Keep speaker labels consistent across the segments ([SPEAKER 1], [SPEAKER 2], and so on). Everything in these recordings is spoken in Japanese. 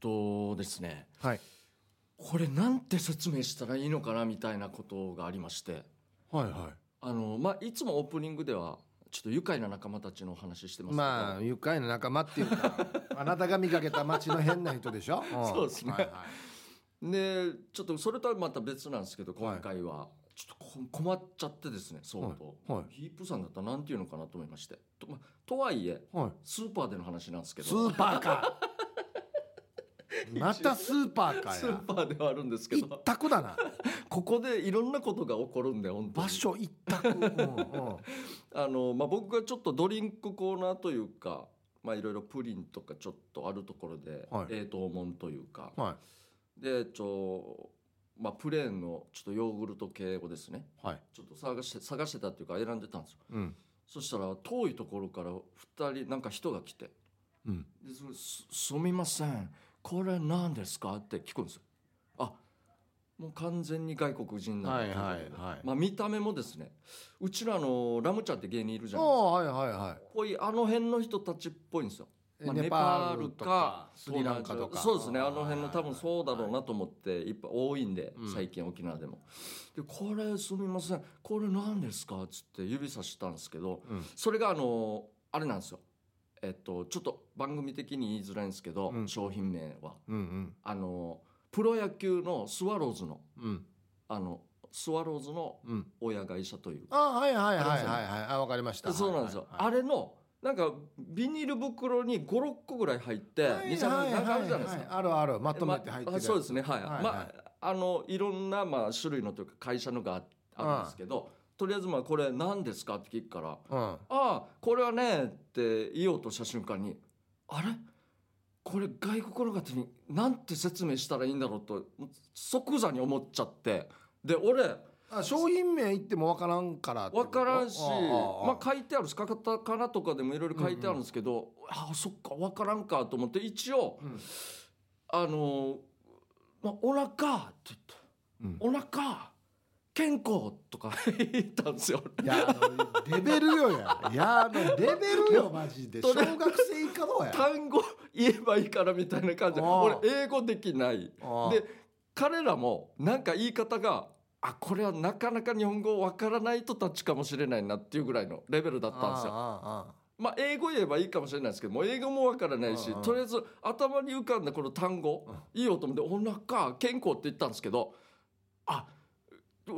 [SPEAKER 1] とですね
[SPEAKER 2] はい
[SPEAKER 1] これなんて説明したらいいのかなみたいなことがありまして
[SPEAKER 2] はいは
[SPEAKER 1] あの、まあ、いつもオープニングではちょっと愉快な仲間たちのお話してますけど、
[SPEAKER 2] まあ愉快な仲間っていう かあなたが見かけた街の変な人でしょ、ん
[SPEAKER 1] そうですね
[SPEAKER 2] はいはい
[SPEAKER 1] でちょっとそれとはまた別なんですけど今回は、ちょっとこ困っちゃってですね相当、
[SPEAKER 2] はいはい
[SPEAKER 1] ヒープさんだったらなんていうのかなと思いましてと,、まあ、とはいえ
[SPEAKER 2] はい
[SPEAKER 1] スーパーでの話なんですけど
[SPEAKER 2] スーパーかまたスーパーか
[SPEAKER 1] スー
[SPEAKER 2] や
[SPEAKER 1] パーではあるんですけ
[SPEAKER 2] 一
[SPEAKER 1] ど
[SPEAKER 2] 択だな
[SPEAKER 1] ここでいろんなことが起こるんで本当に
[SPEAKER 2] 場所一択、うんうん
[SPEAKER 1] あの、まあ、僕がちょっとドリンクコーナーというか、まあ、いろいろプリンとかちょっとあるところで、
[SPEAKER 2] はい
[SPEAKER 1] 冷凍もんというか、
[SPEAKER 2] は
[SPEAKER 1] でちょ、まあ、プレーンのちょっとヨーグルト系をですね
[SPEAKER 2] いはい、
[SPEAKER 1] ちょっと探して探してたっていうか選んでたんですよ
[SPEAKER 2] うん
[SPEAKER 1] そしたら遠いところから2人なんか人が来て
[SPEAKER 2] うん、
[SPEAKER 1] 「でそれすすみませんこれ何ですか?」って聞くんですよあもう完全に外国人なんだ
[SPEAKER 2] はいはいはい
[SPEAKER 1] まあ、見た目もですねうちらのラムちゃんって芸人いるじゃ
[SPEAKER 2] あ
[SPEAKER 1] ないですか
[SPEAKER 2] あはいはいは
[SPEAKER 1] ぽいあの辺の人たちっぽいんですよ。
[SPEAKER 2] い、
[SPEAKER 1] まあ
[SPEAKER 2] ネパールとかス
[SPEAKER 1] 東
[SPEAKER 2] リ
[SPEAKER 1] 南ア
[SPEAKER 2] ラン
[SPEAKER 1] ジ
[SPEAKER 2] カ
[SPEAKER 1] ア
[SPEAKER 2] とか
[SPEAKER 1] そうですねあの辺の多分そうだろうなと思っていっぱい多いんで
[SPEAKER 2] うん
[SPEAKER 1] 最近沖縄でも、でこれすみませんこれ何ですかっつって指さしたんですけど
[SPEAKER 2] うん
[SPEAKER 1] それがあのあれなんですよえっとちょっと番組的に言いづらいんですけど、
[SPEAKER 2] うん
[SPEAKER 1] 商品名は
[SPEAKER 2] うん
[SPEAKER 1] あのプロ野球のスワローズの
[SPEAKER 2] うんうん
[SPEAKER 1] あのスワローズの
[SPEAKER 2] うん
[SPEAKER 1] 親会社という
[SPEAKER 2] あはいはいはいはいはいあわかりました
[SPEAKER 1] そうなんですよ、
[SPEAKER 2] はいはいはい
[SPEAKER 1] あれのなんかビニール袋に56個ぐらい入って23個
[SPEAKER 2] はい
[SPEAKER 1] なんかあるじゃないで
[SPEAKER 2] は
[SPEAKER 1] す
[SPEAKER 2] は
[SPEAKER 1] か
[SPEAKER 2] はあるあるまとめて入ってる
[SPEAKER 1] まあそうですねはい、
[SPEAKER 2] はいはい
[SPEAKER 1] まああのいろんなまあ種類のというか会社のがああるんですけど、とりあえずまあこれ何ですかって聞くから「
[SPEAKER 2] うん
[SPEAKER 1] ああこれはね」って言おうとした瞬間に「あれこれ外国の方に何て説明したらいいんだろう」と即座に思っちゃってで俺
[SPEAKER 2] あ商品名言ってもわからんからってこ
[SPEAKER 1] わ
[SPEAKER 2] と
[SPEAKER 1] からんし
[SPEAKER 2] ああ
[SPEAKER 1] まあ、書いてあるしかかたかなとかでもいろいろ書いてあるんですけど、ああそっかわからんかと思って一応
[SPEAKER 2] うん
[SPEAKER 1] あのーまあ、お腹って言って、お腹健康とか 言ったんですよ。
[SPEAKER 2] いやあのレベルよやいやあのレベルよマジで小学生以下のや
[SPEAKER 1] 単語言えばいいからみたいな感じで
[SPEAKER 2] ああ
[SPEAKER 1] 俺英語できない
[SPEAKER 2] ああ
[SPEAKER 1] で彼らもなんか言い方があこれはなかなか日本語わからない人たちかもしれないなっていうぐらいのレベルだったんですよ。
[SPEAKER 2] あ
[SPEAKER 1] まあ、英語言えばいいかもしれないですけどもう英語もわからないし、
[SPEAKER 2] うんうん
[SPEAKER 1] とりあえず頭に浮かんだこの単語、いいよと思って「お腹健康」って言ったんですけどあ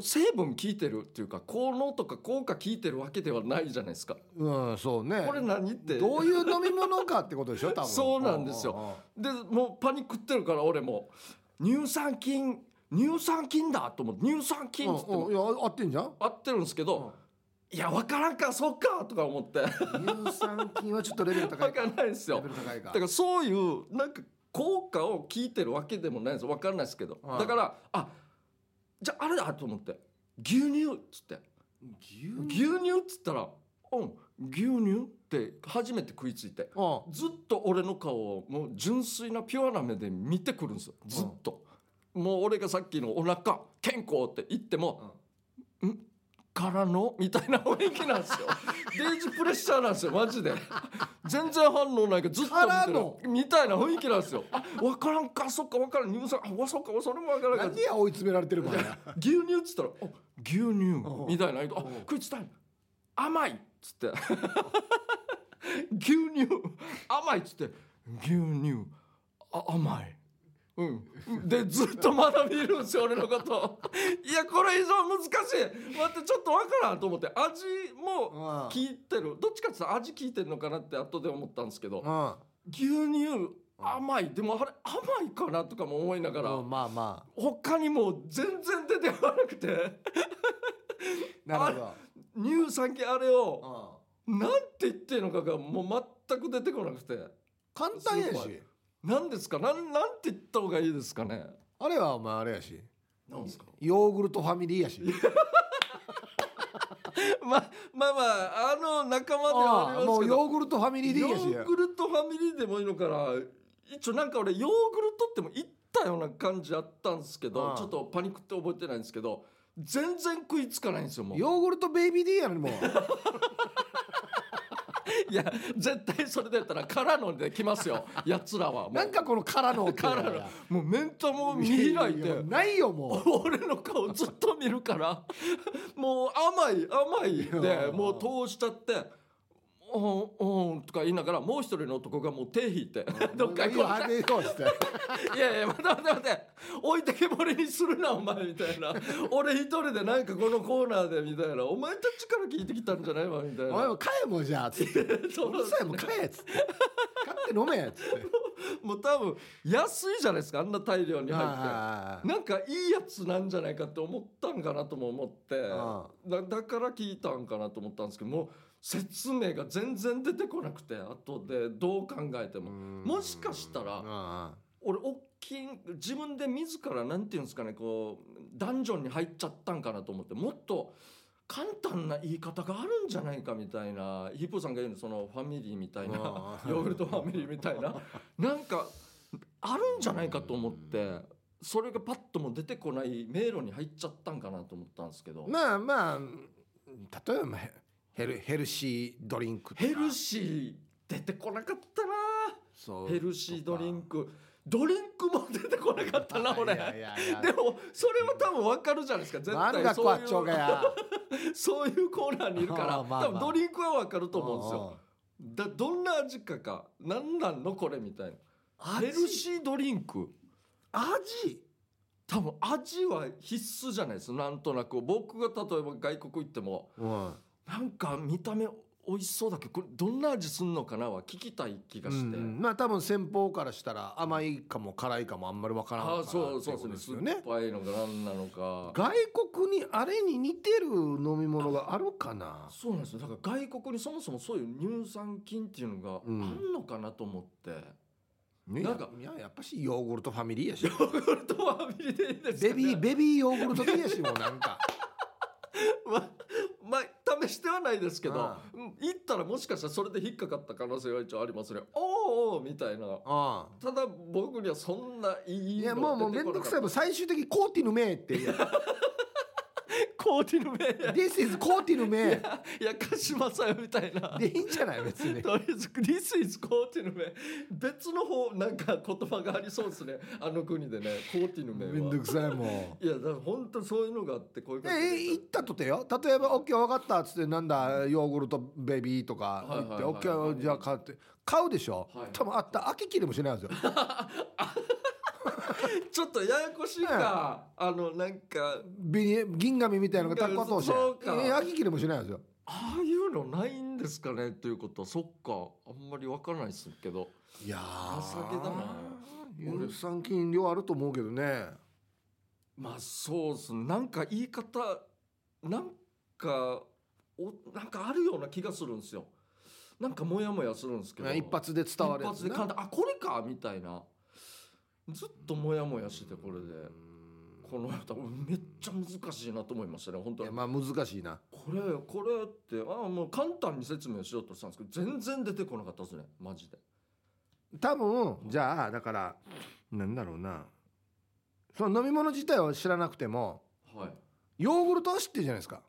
[SPEAKER 1] 成分聞いてるっていうか効能とか効果聞いてるわけではないじゃないですか。
[SPEAKER 2] あああうんそうね
[SPEAKER 1] これ何って
[SPEAKER 2] どういう飲み物かってことでしょ多分
[SPEAKER 1] そうなんですよ
[SPEAKER 2] ああああ
[SPEAKER 1] でもうパニックってるから俺も乳酸菌乳酸菌だと思って乳酸菌っつって
[SPEAKER 2] うんうんいや合ってんじゃん
[SPEAKER 1] 合ってるんですけど、いやわからんかそっかとか思って
[SPEAKER 2] 乳酸菌はちょっとレベル 高
[SPEAKER 1] わ
[SPEAKER 2] い
[SPEAKER 1] か
[SPEAKER 2] か
[SPEAKER 1] んないです
[SPEAKER 2] レ
[SPEAKER 1] よ
[SPEAKER 2] ベ。ル高いか
[SPEAKER 1] だからそういうなんか効果を聞いてるわけでもないんです分かんないですけど、
[SPEAKER 2] はい
[SPEAKER 1] だからあじゃああれだと思って牛乳っつって
[SPEAKER 2] 牛
[SPEAKER 1] 牛乳っつったら「うん牛乳?」って初めて食いついて
[SPEAKER 2] あ
[SPEAKER 1] ずっと俺の顔をもう純粋なピュアな目で見てくるんですよずっと、もう俺がさっきの「お腹健康」って言っても「んからの?」みたいな雰囲気なん ですよデイジプレッシャーなんですよマジで全然反応ないけどずっと見
[SPEAKER 2] から
[SPEAKER 1] て
[SPEAKER 2] の
[SPEAKER 1] るみたいな雰囲気なんですよあ分からんかそっか分からん乳酸あわそっかそれも分からんか
[SPEAKER 2] 何や追い詰められてるから
[SPEAKER 1] 牛乳っつったら「あ牛乳」
[SPEAKER 2] おう
[SPEAKER 1] みたいな「あ
[SPEAKER 2] おう
[SPEAKER 1] 食いつたい甘い」っつ って「牛乳甘い」っつって「牛乳あ甘い」うん、でずっとまだ見るんですよ俺のこといやこれ以上難しい待ってちょっとわからんと思って味も
[SPEAKER 2] うん
[SPEAKER 1] 聞いてるどっちかって言ったら味聞いてるのかなって後で思ったんですけど
[SPEAKER 2] う
[SPEAKER 1] 牛乳甘いでもあれ甘いかなとかも思いながら
[SPEAKER 2] んうんまあま
[SPEAKER 1] 他にもう全然出てこなくて
[SPEAKER 2] あなるほど
[SPEAKER 1] 乳酸菌あれをなんて言ってんのかがもう全く出てこなくて
[SPEAKER 2] 簡単や
[SPEAKER 1] スーパ
[SPEAKER 2] し
[SPEAKER 1] ー何ですかなんなんて言った方がいいですかね
[SPEAKER 2] あれはお前あれやし
[SPEAKER 1] なんですか
[SPEAKER 2] ヨーグルトファミリーやし
[SPEAKER 1] ままあまああの仲間ではあ
[SPEAKER 2] ああ
[SPEAKER 1] りま
[SPEAKER 2] も
[SPEAKER 1] す
[SPEAKER 2] う
[SPEAKER 1] けど
[SPEAKER 2] ヨーグルトファミリーでいいやし
[SPEAKER 1] ヨーグルトファミリーでもいいのかな一応なんか俺ヨーグルトっても言ったような感じあったんですけど
[SPEAKER 2] ああ
[SPEAKER 1] ちょっとパニックって覚えてないんですけど全然食いつかないんですよもう
[SPEAKER 2] ヨーグルトベイビーでいいやのにもう
[SPEAKER 1] いや絶対それだったら空のできますよやつらはも
[SPEAKER 2] なん
[SPEAKER 1] う
[SPEAKER 2] かこの空の音
[SPEAKER 1] 空のもう面とも見開いて
[SPEAKER 2] ないよもう
[SPEAKER 1] 俺の顔ずっと見るからもう甘い甘いでもう通しちゃって「おんおん」とか言いながらもう一人の男がもう手引いてどっか行こ
[SPEAKER 2] もういいよあげようして
[SPEAKER 1] ういやいや待て待て待て置いてけぼりにするなお前みたいな俺一人でなんかこのコーナーでみたいなお前たちから聞いてきたんじゃないわみたい
[SPEAKER 2] お前
[SPEAKER 1] な
[SPEAKER 2] も買えもうじゃあつ って う
[SPEAKER 1] そう
[SPEAKER 2] るさいもう買えっつって買って飲め やつって
[SPEAKER 1] もう多分安いじゃないですかあんな大量に入って。
[SPEAKER 2] ああ
[SPEAKER 1] なんかいいやつなんじゃないかって思ったんかなとも思ってだだから聞いたんかなと思ったんですけどもう説明が全然出てこなくて後でどう考えてももしかしたら
[SPEAKER 2] ら
[SPEAKER 1] 俺おっきい自分で自らなんていうんですかねこうダンジョンに入っちゃったんかなと思ってもっと簡単な言い方があるんじゃないかみたいなヒップーさんが言うのそのファミリーみたいな
[SPEAKER 2] ああ
[SPEAKER 1] ヨーグルトファミリーみたいななんかあるんじゃないかと思ってそれがパッとも出てこない迷路に入っちゃったんかなと思ったんですけど
[SPEAKER 2] まあまあ例えばヘヘルヘルシードリンクとか
[SPEAKER 1] ヘルシー出てこなかった
[SPEAKER 2] そ
[SPEAKER 1] な
[SPEAKER 2] う
[SPEAKER 1] ヘルシードリン
[SPEAKER 2] と
[SPEAKER 1] クドリンクも出てこなかったな俺
[SPEAKER 2] いやいやい や
[SPEAKER 1] でもそれは多分わかるじゃないですか絶
[SPEAKER 2] なん
[SPEAKER 1] 対
[SPEAKER 2] だこ
[SPEAKER 1] そう
[SPEAKER 2] わ
[SPEAKER 1] い
[SPEAKER 2] っちょうが
[SPEAKER 1] う
[SPEAKER 2] や
[SPEAKER 1] そういうコーナーにいるか
[SPEAKER 2] あ
[SPEAKER 1] ら
[SPEAKER 2] ーまあまあ
[SPEAKER 1] 多分ドリンクはわかると思うんです
[SPEAKER 2] おうお
[SPEAKER 1] よ
[SPEAKER 2] う
[SPEAKER 1] だどんな味かか何なんのこれみたいなヘ
[SPEAKER 2] 味
[SPEAKER 1] ルシードリンク
[SPEAKER 2] 味
[SPEAKER 1] 多分味は必須じゃないですなんとなく僕が例えば外国行っても
[SPEAKER 2] うん
[SPEAKER 1] なんか見た目美味しそうだけどこれどんな味すんのかなは聞きたい気が
[SPEAKER 2] う
[SPEAKER 1] して、
[SPEAKER 2] ん、まあ多分先方からしたら甘いかも辛いかもあんまりわからんか
[SPEAKER 1] あ
[SPEAKER 2] ら
[SPEAKER 1] あそうそう
[SPEAKER 2] って
[SPEAKER 1] そ
[SPEAKER 2] いこと
[SPEAKER 1] う
[SPEAKER 2] です
[SPEAKER 1] 酸
[SPEAKER 2] よ
[SPEAKER 1] っ
[SPEAKER 2] ね
[SPEAKER 1] ぱいのか何なのか
[SPEAKER 2] 外国にあれに似てる飲み物があるかな
[SPEAKER 1] そうなんですよだから外国にそもそもそういう乳酸菌っていうのがあ
[SPEAKER 2] うん
[SPEAKER 1] んのかなと思って、
[SPEAKER 2] ね
[SPEAKER 1] なんか
[SPEAKER 2] いややっぱしヨーグルトファミ リーやし
[SPEAKER 1] ヨーグルトファミリーでいいですか、
[SPEAKER 2] ベ
[SPEAKER 1] ね、
[SPEAKER 2] ビーベビーヨーグルトでいいやしもうなん か
[SPEAKER 1] ままあ試してはないですけど
[SPEAKER 2] ああ
[SPEAKER 1] うん行ったらもしかしたらそれで引っかかった可能性は一応ありますねおーおーみたいな
[SPEAKER 2] あ
[SPEAKER 1] ただ僕にはそんないい
[SPEAKER 2] い
[SPEAKER 1] の
[SPEAKER 2] やもうもうめんどくさいもう
[SPEAKER 1] 出て
[SPEAKER 2] 最終的にコーティヌメーって言う
[SPEAKER 1] こなかったコーティの名
[SPEAKER 2] 「
[SPEAKER 1] や
[SPEAKER 2] This is コーティヌメー
[SPEAKER 1] いや鹿島さよみたいな」
[SPEAKER 2] でいいんじゃない別に
[SPEAKER 1] とりあえず「This is コーティの名別の方なんか言葉がありそうですねあの国でねコーティの名
[SPEAKER 2] め
[SPEAKER 1] は
[SPEAKER 2] んどくさいもう。
[SPEAKER 1] いやだから本当そういうのがあってこういう
[SPEAKER 2] え
[SPEAKER 1] 感じで
[SPEAKER 2] え行ったとてよ例えば「オッケー分かった」っつって「なんだヨーグルトベビー」とか言って「
[SPEAKER 1] はいはいはい
[SPEAKER 2] オッケーじゃあ買って」買うでしょ、
[SPEAKER 1] はい
[SPEAKER 2] 多分あった飽ききれもしないんですよ
[SPEAKER 1] ちょっとややこしいか、あのなんか
[SPEAKER 2] ビニ銀紙みたいなのがタッカー通して
[SPEAKER 1] そうか
[SPEAKER 2] ええ飽ききれもしないんですよ
[SPEAKER 1] ああいうのないんですかねということはそっかあんまりわからないですけど
[SPEAKER 2] いやー
[SPEAKER 1] 情けだな俺
[SPEAKER 2] 乳酸菌量あると思うけどね
[SPEAKER 1] まあそうっすねなんか言い方なんかおなんかあるような気がするんですよなんかモヤモヤするんですけど
[SPEAKER 2] 一発で伝わるや
[SPEAKER 1] 一
[SPEAKER 2] つ
[SPEAKER 1] 発で
[SPEAKER 2] ね
[SPEAKER 1] 簡単あこれかみたいなずっとモヤモヤしててこれでこの歌めっちゃ難しいなと思いましたね本
[SPEAKER 2] い
[SPEAKER 1] 当
[SPEAKER 2] や
[SPEAKER 1] に
[SPEAKER 2] まあ難しいな
[SPEAKER 1] これこれってあもう簡単に説明しようとしたんですけど全然出てこなかったですねマジで
[SPEAKER 2] 多分じゃあだからなんだろうなその飲み物自体は知らなくても
[SPEAKER 1] はい
[SPEAKER 2] ヨーグルトは知ってるじゃないですか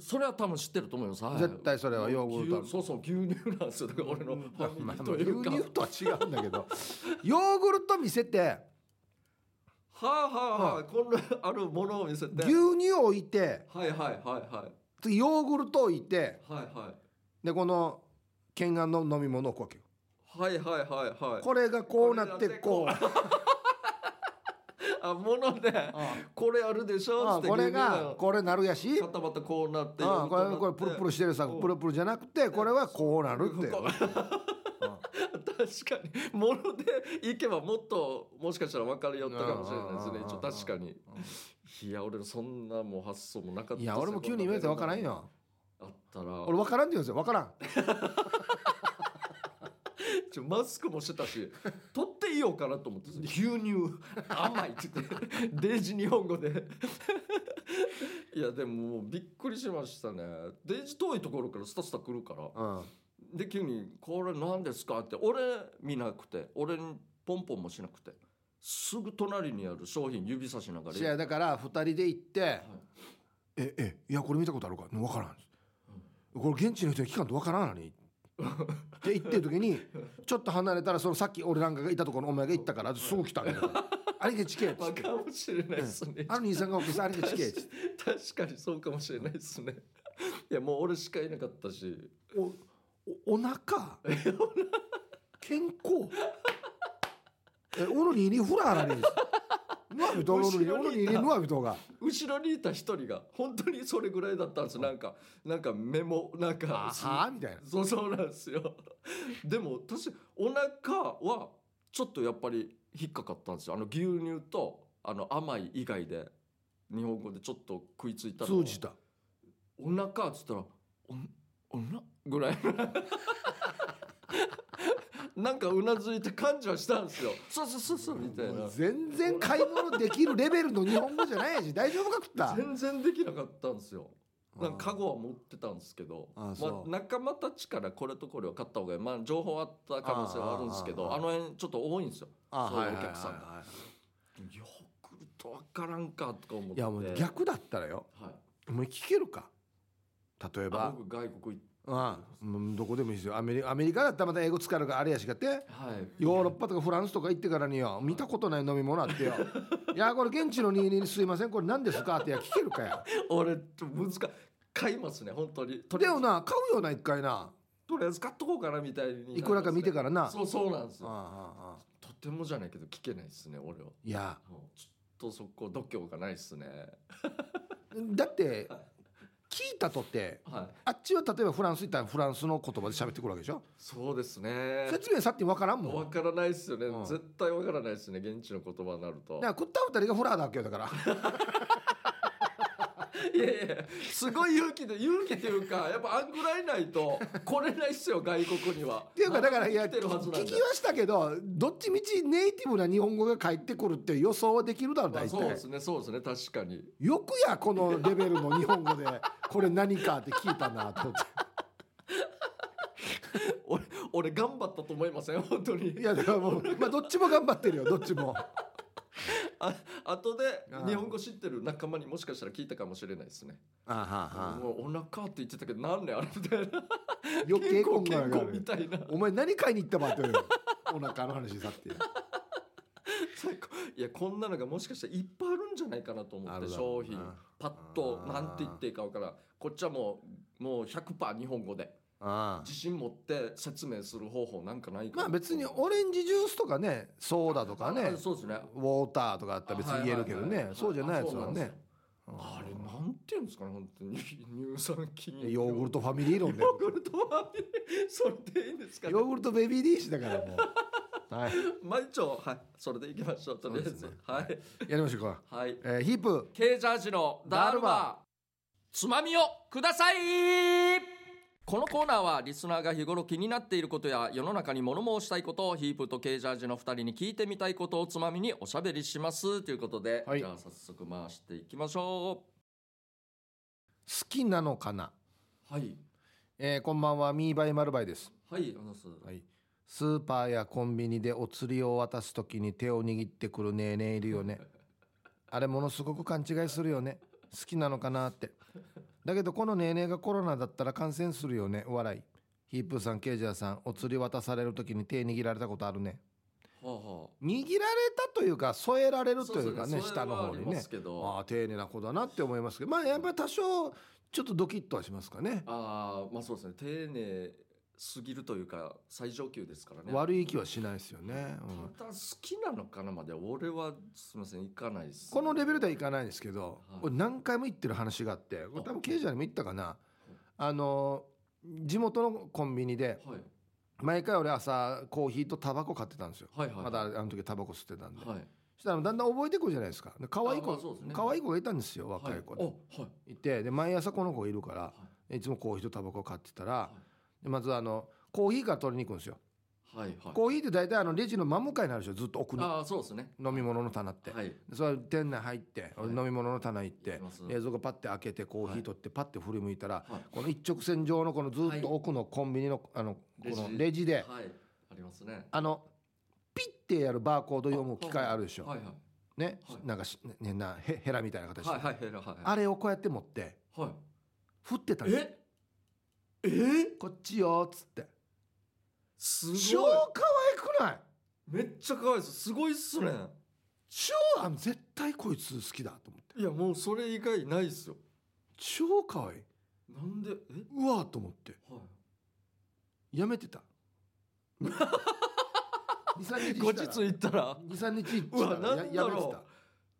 [SPEAKER 1] それは多分知ってると思います、はい
[SPEAKER 2] 絶対それはヨーグルト
[SPEAKER 1] 牛そうそう牛乳なんですよだから俺のファミリ
[SPEAKER 2] まあ
[SPEAKER 1] ー
[SPEAKER 2] まあ
[SPEAKER 1] というか、
[SPEAKER 2] 牛乳とは違うんだけどヨーグルト見せて
[SPEAKER 1] はあはあは
[SPEAKER 2] は
[SPEAKER 1] あ、こんなあるものを見せて。
[SPEAKER 2] 牛乳を置いて
[SPEAKER 1] はいはいはいは
[SPEAKER 2] 次ヨーグルト置いて
[SPEAKER 1] い。はいはい。
[SPEAKER 2] でこの懸案の飲み物を置くわけよ
[SPEAKER 1] はいはいはいはい。
[SPEAKER 2] これがこうなってこう
[SPEAKER 1] あ、もので、これあるでしょ
[SPEAKER 2] あ
[SPEAKER 1] っ
[SPEAKER 2] あ
[SPEAKER 1] て。
[SPEAKER 2] これがこれなるやし
[SPEAKER 1] 牛乳が。固まったこうなって。
[SPEAKER 2] ああこれこれプルプルしてるさ
[SPEAKER 1] うん
[SPEAKER 2] プルプルじゃなくてこれはこうなるって
[SPEAKER 1] こ確かに、ものでいけばもっと、もしかしたら分かるよったかもしれないですね。
[SPEAKER 2] うん
[SPEAKER 1] 一応確かに。いや、俺そんなもう発想もなかったっすね。
[SPEAKER 2] いや俺も急に言われて分からん。よ
[SPEAKER 1] あったら。
[SPEAKER 2] 俺分からんって言うんですよ分からん
[SPEAKER 1] ちょマスクもしてた し取っていいようかなと思って牛乳甘いって言って デイジ日本語でいやでももうびっくりしましたねデイジ遠いところからスタスタ来るから
[SPEAKER 2] うん
[SPEAKER 1] で急に「これ何ですか?」って俺見なくて俺にポンポンもしなくてすぐ隣にある商品指さしながら
[SPEAKER 2] 試合だから2人で行って
[SPEAKER 1] い
[SPEAKER 2] 「ええいやこれ見たことあるか分からん」これ現地の人に聞かんと分からんのに」で行ってる時にちょっと離れたらそのさっき俺なんかがいたところのお前が行ったからすぐ来たんだよあれがチケっつ
[SPEAKER 1] まあ、
[SPEAKER 2] って
[SPEAKER 1] かもしれないですね。
[SPEAKER 2] あの兄さんが起きてあれがチケっつって
[SPEAKER 1] 確かにそうかもしれないですね。いやもう俺しかいなかったし。
[SPEAKER 2] おおお腹健康えおのにいにふらあらにですぬわびとおのにおのにいにぬわびとが
[SPEAKER 1] 後ろにいた一人が本当にそれぐらいだったんですよなんかなんかメモなんか
[SPEAKER 2] あはあみたい な
[SPEAKER 1] そうそうなんですよ でも確かお腹はちょっとやっぱり引っかかったんですよあの牛乳とあの甘い以外で日本語でちょっと食いついたの
[SPEAKER 2] 通じた
[SPEAKER 1] お腹っつったらおんおなぐらい なんかうなずいて感じはしたんですよそうそうそうそうみたいな
[SPEAKER 2] 全然買い物できるレベルの日本語じゃないし大丈夫かくった
[SPEAKER 1] 全然できなかったんですよなんかカゴは持ってたんですけど
[SPEAKER 2] ああ
[SPEAKER 1] ま
[SPEAKER 2] そ
[SPEAKER 1] あ、
[SPEAKER 2] う
[SPEAKER 1] 仲間たちからこれとこれを買った方がいい、まあ、情報あった可能性はあるんですけど
[SPEAKER 2] ああ
[SPEAKER 1] あ
[SPEAKER 2] ああ
[SPEAKER 1] の辺ちょっと多いんですよ
[SPEAKER 2] あ
[SPEAKER 1] そう
[SPEAKER 2] はいいうは
[SPEAKER 1] お
[SPEAKER 2] い
[SPEAKER 1] 客さんが
[SPEAKER 2] はいは
[SPEAKER 1] よくると分からんかとか思っ
[SPEAKER 2] い
[SPEAKER 1] て
[SPEAKER 2] いやもう逆だったらよ
[SPEAKER 1] はい、
[SPEAKER 2] お前聞けるか例え
[SPEAKER 1] あ
[SPEAKER 2] ば
[SPEAKER 1] 僕外国行っ
[SPEAKER 2] ああうんどこでもいいですよアメリアメリカだったらまた英語使えるからあれやしかって
[SPEAKER 1] はい
[SPEAKER 2] ヨーロッパとかフランスとか行ってからによ見たことない飲み物あって よ「いやこれ現地の22にすいませんこれ何ですか?」っていや聞けるかや
[SPEAKER 1] 俺ちょっと難しい買いますね本当にとり
[SPEAKER 2] で
[SPEAKER 1] あえ
[SPEAKER 2] も
[SPEAKER 1] ず
[SPEAKER 2] な買うよな一回な
[SPEAKER 1] とりあえず買っとこうかなみたいに
[SPEAKER 2] いくらか見てからな
[SPEAKER 1] そうそうなんです
[SPEAKER 2] ああ
[SPEAKER 1] よ
[SPEAKER 2] ああああ
[SPEAKER 1] とてもじゃないけど聞けないですね俺はい
[SPEAKER 2] や
[SPEAKER 1] もうちょっとそこ度胸がないですね
[SPEAKER 2] だって聞いたとって
[SPEAKER 1] はい
[SPEAKER 2] あっちは例えばフランス行ったらフランスの言葉で喋ってくるわけでしょ
[SPEAKER 1] そうですね
[SPEAKER 2] 説明さって分からんも
[SPEAKER 1] わ
[SPEAKER 2] ん
[SPEAKER 1] からないですよね、
[SPEAKER 2] うん
[SPEAKER 1] 絶対わからないですね現地の言葉になると
[SPEAKER 2] だから食った二人がフラーだっけよ だから
[SPEAKER 1] いやいやすごい勇気で勇気っていうかやっぱあんぐらいないと来れないっすよ外国にはっ
[SPEAKER 2] っていうかだからいや
[SPEAKER 1] 来てるはずなん
[SPEAKER 2] 聞
[SPEAKER 1] で
[SPEAKER 2] きはしたけどどっちみちネイティブな日本語が返ってくるっていう予想はできるだろ
[SPEAKER 1] まあ
[SPEAKER 2] 大
[SPEAKER 1] そうで
[SPEAKER 2] 体
[SPEAKER 1] すねそうですね確かに
[SPEAKER 2] よくやこのレベルの日本語で これ何かって聞いたなと思っ
[SPEAKER 1] 俺俺頑張ったと思いません 本当
[SPEAKER 2] て
[SPEAKER 1] に
[SPEAKER 2] いやだからもう、まあ、どっちも頑張ってるよどっちも
[SPEAKER 1] あ後で
[SPEAKER 2] うん
[SPEAKER 1] 日本語知ってる仲間にもしかしたら聞いたかもしれないですね
[SPEAKER 2] あは
[SPEAKER 1] もうお腹って言ってたけどなんねあれみたいな
[SPEAKER 2] 余計
[SPEAKER 1] 健
[SPEAKER 2] こ
[SPEAKER 1] 康健
[SPEAKER 2] んがらが
[SPEAKER 1] 康
[SPEAKER 2] る
[SPEAKER 1] みたいな
[SPEAKER 2] お前何買いに行ったばってお腹の話さって
[SPEAKER 1] 最高いやこんなのがもしかしたらいっぱいあるんじゃないかなと思
[SPEAKER 2] あ
[SPEAKER 1] っ
[SPEAKER 2] る
[SPEAKER 1] て
[SPEAKER 2] だろ
[SPEAKER 1] 商
[SPEAKER 2] うな
[SPEAKER 1] 品パッと
[SPEAKER 2] あー
[SPEAKER 1] なんて言っていいか分からんこっちはもうもう100%日本語で
[SPEAKER 2] ああ
[SPEAKER 1] 自信持って説明する方法なんかないかな
[SPEAKER 2] まあ別にオレンジジュースとかねソーダとかね
[SPEAKER 1] あそうですね
[SPEAKER 2] ウォーターとかあったら別に言えるけど
[SPEAKER 1] はいはい
[SPEAKER 2] ね
[SPEAKER 1] はい
[SPEAKER 2] そうじゃないやつは
[SPEAKER 1] あそうなん
[SPEAKER 2] ね
[SPEAKER 1] ですよあれなんていうんですかね本当に 乳酸
[SPEAKER 2] うん
[SPEAKER 1] 菌
[SPEAKER 2] ヨーグルトファミリー論 で
[SPEAKER 1] ヨーグルトはそれでいいんですかね
[SPEAKER 2] ヨーグルトベビー D ーだからもうはい
[SPEAKER 1] 毎朝はいそれでいきましょうとりあえず
[SPEAKER 2] そうですね
[SPEAKER 1] はい
[SPEAKER 2] やりましょうか
[SPEAKER 1] はい
[SPEAKER 2] えーヒープ
[SPEAKER 1] ケージャージのダール
[SPEAKER 2] ダール
[SPEAKER 1] バー
[SPEAKER 2] バ
[SPEAKER 1] つまみをくださいこのコーナーはリスナーが日頃気になっていることや世の中に物申したいことをヒープとケージャージの2人に聞いてみたいことをつまみにおしゃべりしますということで、
[SPEAKER 2] はい
[SPEAKER 1] じゃあ早速回していきましょ
[SPEAKER 2] 好きなのかな
[SPEAKER 1] うはい
[SPEAKER 2] えーこんばんはミーバイマルバイです
[SPEAKER 1] はいあのす
[SPEAKER 2] はいスーパーやコンビニでお釣りを渡すときに手を握ってくるねえねえいる よねあれものすごく勘違いするよね好きなのかなってだけどこのねえねえがコロナだったら感染するよね笑いヒープーさんケイジャーさんお釣り渡されるときに手握られたことあるね
[SPEAKER 1] はあはあ
[SPEAKER 2] 握られたというか添えられるというか
[SPEAKER 1] そう
[SPEAKER 2] ね
[SPEAKER 1] ですね
[SPEAKER 2] 下の方
[SPEAKER 1] そ
[SPEAKER 2] に
[SPEAKER 1] れはありま
[SPEAKER 2] ね
[SPEAKER 1] すけど
[SPEAKER 2] ああ丁寧な子だなって思いますけどまあやっぱり多少ちょっとドキッとはしますかね
[SPEAKER 1] ああまあそうですね丁寧すぎるというか最上級ですからね
[SPEAKER 2] 悪い気はしないですよね、うん
[SPEAKER 1] ただ好きなのかなまでは俺はすみませんいかないですね、
[SPEAKER 2] このレベルではいかないんですけど、
[SPEAKER 1] はい
[SPEAKER 2] これ何回も言ってる話があってこれ多分経営者にも言ったかなあの地元のコンビニで
[SPEAKER 1] はい
[SPEAKER 2] 毎回俺朝コーヒーとタバコ買ってたんですよ
[SPEAKER 1] はいはい
[SPEAKER 2] まだあの時タバコ吸ってたんで、
[SPEAKER 1] はい
[SPEAKER 2] そしたらだんだん覚えてくるじゃないですかで可愛い
[SPEAKER 1] あ
[SPEAKER 2] 子
[SPEAKER 1] まあそうですね
[SPEAKER 2] 可愛い子がいたんですよ若い子で、
[SPEAKER 1] はいおはい
[SPEAKER 2] い、てで毎朝この子がいるから
[SPEAKER 1] はい
[SPEAKER 2] いつもコーヒーとタバコ買ってたら、
[SPEAKER 1] は
[SPEAKER 2] でまずあのコーヒーから取りに行くんですよ
[SPEAKER 1] はいはい。
[SPEAKER 2] コーヒーって大体あのレジの真向かいにあるでしょずっと奥に
[SPEAKER 1] ああそうですね。
[SPEAKER 2] 飲み物の棚って、
[SPEAKER 1] はい。
[SPEAKER 2] それ店内入って、俺
[SPEAKER 1] はい
[SPEAKER 2] 飲み物の棚行っ
[SPEAKER 1] 行
[SPEAKER 2] て
[SPEAKER 1] きます
[SPEAKER 2] 冷蔵庫パッて開けてコーヒー取ってパッて振り向いたら、
[SPEAKER 1] はい
[SPEAKER 2] この一直線上のこのずっと奥のコンビニのあのこ
[SPEAKER 1] レジ
[SPEAKER 2] のレジで、
[SPEAKER 1] はい。ありますね。
[SPEAKER 2] あのピッてやるバーコード読む機械あるでしょ、
[SPEAKER 1] はいはい。
[SPEAKER 2] ね、
[SPEAKER 1] はい
[SPEAKER 2] なんかしねなへヘラみたいな形で、
[SPEAKER 1] はいはいはいはい。
[SPEAKER 2] あれをこうやって持って
[SPEAKER 1] は
[SPEAKER 2] 振ってたん
[SPEAKER 1] い。
[SPEAKER 2] です
[SPEAKER 1] え？え？
[SPEAKER 2] こっちよっつって
[SPEAKER 1] すごい
[SPEAKER 2] 超可愛くない
[SPEAKER 1] めっちゃ可愛いですすごいっすね
[SPEAKER 2] 超あ絶対こいつ好きだと思って
[SPEAKER 1] いやもうそれ以外ないっすよ
[SPEAKER 2] 超可愛い
[SPEAKER 1] なんでえ
[SPEAKER 2] うわーと思って
[SPEAKER 1] は
[SPEAKER 2] やめ てた23
[SPEAKER 1] い
[SPEAKER 2] 日
[SPEAKER 1] 後日行ったら
[SPEAKER 2] 23日した
[SPEAKER 1] うわなんだ
[SPEAKER 2] や
[SPEAKER 1] ろう
[SPEAKER 2] やめてた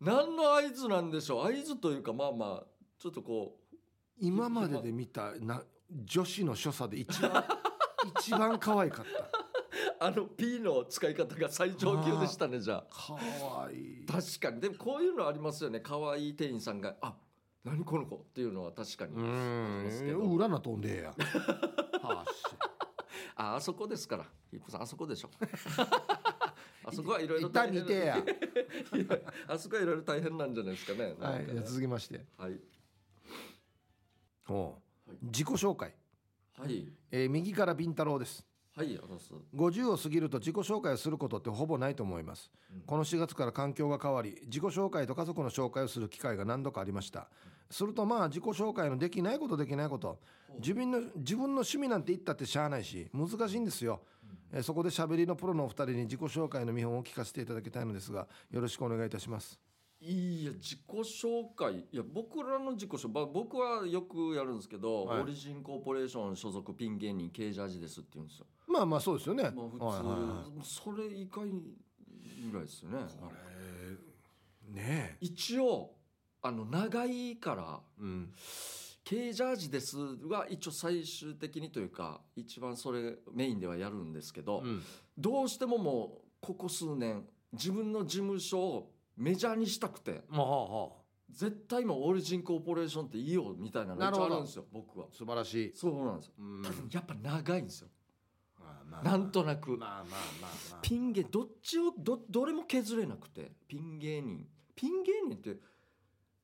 [SPEAKER 1] 何の合図なんでしょう合図というかまあまあちょっとこ
[SPEAKER 2] 今までで見たな女子の所作で 一番一番可愛かった
[SPEAKER 1] う あの P の使い方が最上級でしたねじゃあ
[SPEAKER 2] 可愛い
[SPEAKER 1] 確かにでもこういうのありますよね可愛い店員さんが「あ何この子」っていうのは確かに、
[SPEAKER 2] う
[SPEAKER 1] ありますけど
[SPEAKER 2] ん裏な飛 んでえやはっし
[SPEAKER 1] ああそこですからヒップさんあそこで しょあそこはいろいろ
[SPEAKER 2] 一旦見てや
[SPEAKER 1] いやあそこはいろいろ大変なんじゃないですかね
[SPEAKER 2] は
[SPEAKER 1] なん
[SPEAKER 2] い
[SPEAKER 1] か
[SPEAKER 2] じゃあ続きまして
[SPEAKER 1] はい
[SPEAKER 2] おう
[SPEAKER 1] はい
[SPEAKER 2] 自己紹介、
[SPEAKER 1] はい
[SPEAKER 2] えー右からビンタロウです
[SPEAKER 1] はいあざっすう
[SPEAKER 2] 50を過ぎると自己紹介をすることってほぼないと思います
[SPEAKER 1] ん
[SPEAKER 2] この4月から環境が変わり自己紹介と家族の紹介をする機会が何度かありましたするとまあ自己紹介のできないことできないこと自分の自分の趣味なんて言ったってしゃあないし難しいんですよ、えーそこで喋りのプロのお二人に自己紹介の見本を聞かせていただきたいのですがよろしくお願いいたします
[SPEAKER 1] いや自己紹介いや僕らの自己紹介まあ僕はよくやるんですけど、
[SPEAKER 2] はい
[SPEAKER 1] オリジンコーポレーション所属ピン芸人 K ジャージですって言うんですよ
[SPEAKER 2] まあまあそうですよね、
[SPEAKER 1] まあ普通、
[SPEAKER 2] はいはいはい
[SPEAKER 1] それ以外ぐらいですよね
[SPEAKER 2] これねえ
[SPEAKER 1] 一応あの長いから
[SPEAKER 2] うん、
[SPEAKER 1] 「K ジャージです」は一応最終的にというか一番それメインではやるんですけど、
[SPEAKER 2] うん
[SPEAKER 1] どうしてももうここ数年自分の事務所をメジャーにしたくて
[SPEAKER 2] まあはあは
[SPEAKER 1] 絶対今オリジンコーポレーションっていいよみたいなの
[SPEAKER 2] なる
[SPEAKER 1] 一応
[SPEAKER 2] ほ
[SPEAKER 1] あ
[SPEAKER 2] ど
[SPEAKER 1] るんですよ僕は
[SPEAKER 2] あ素晴らしい、
[SPEAKER 1] そうなんですよ
[SPEAKER 2] うん
[SPEAKER 1] ただやっぱ長いんですよ
[SPEAKER 2] まあまあ
[SPEAKER 1] なんとなく
[SPEAKER 2] まあまあまあまあ
[SPEAKER 1] ピン芸どっちをどどれも削れなくてピン芸人ピン芸人って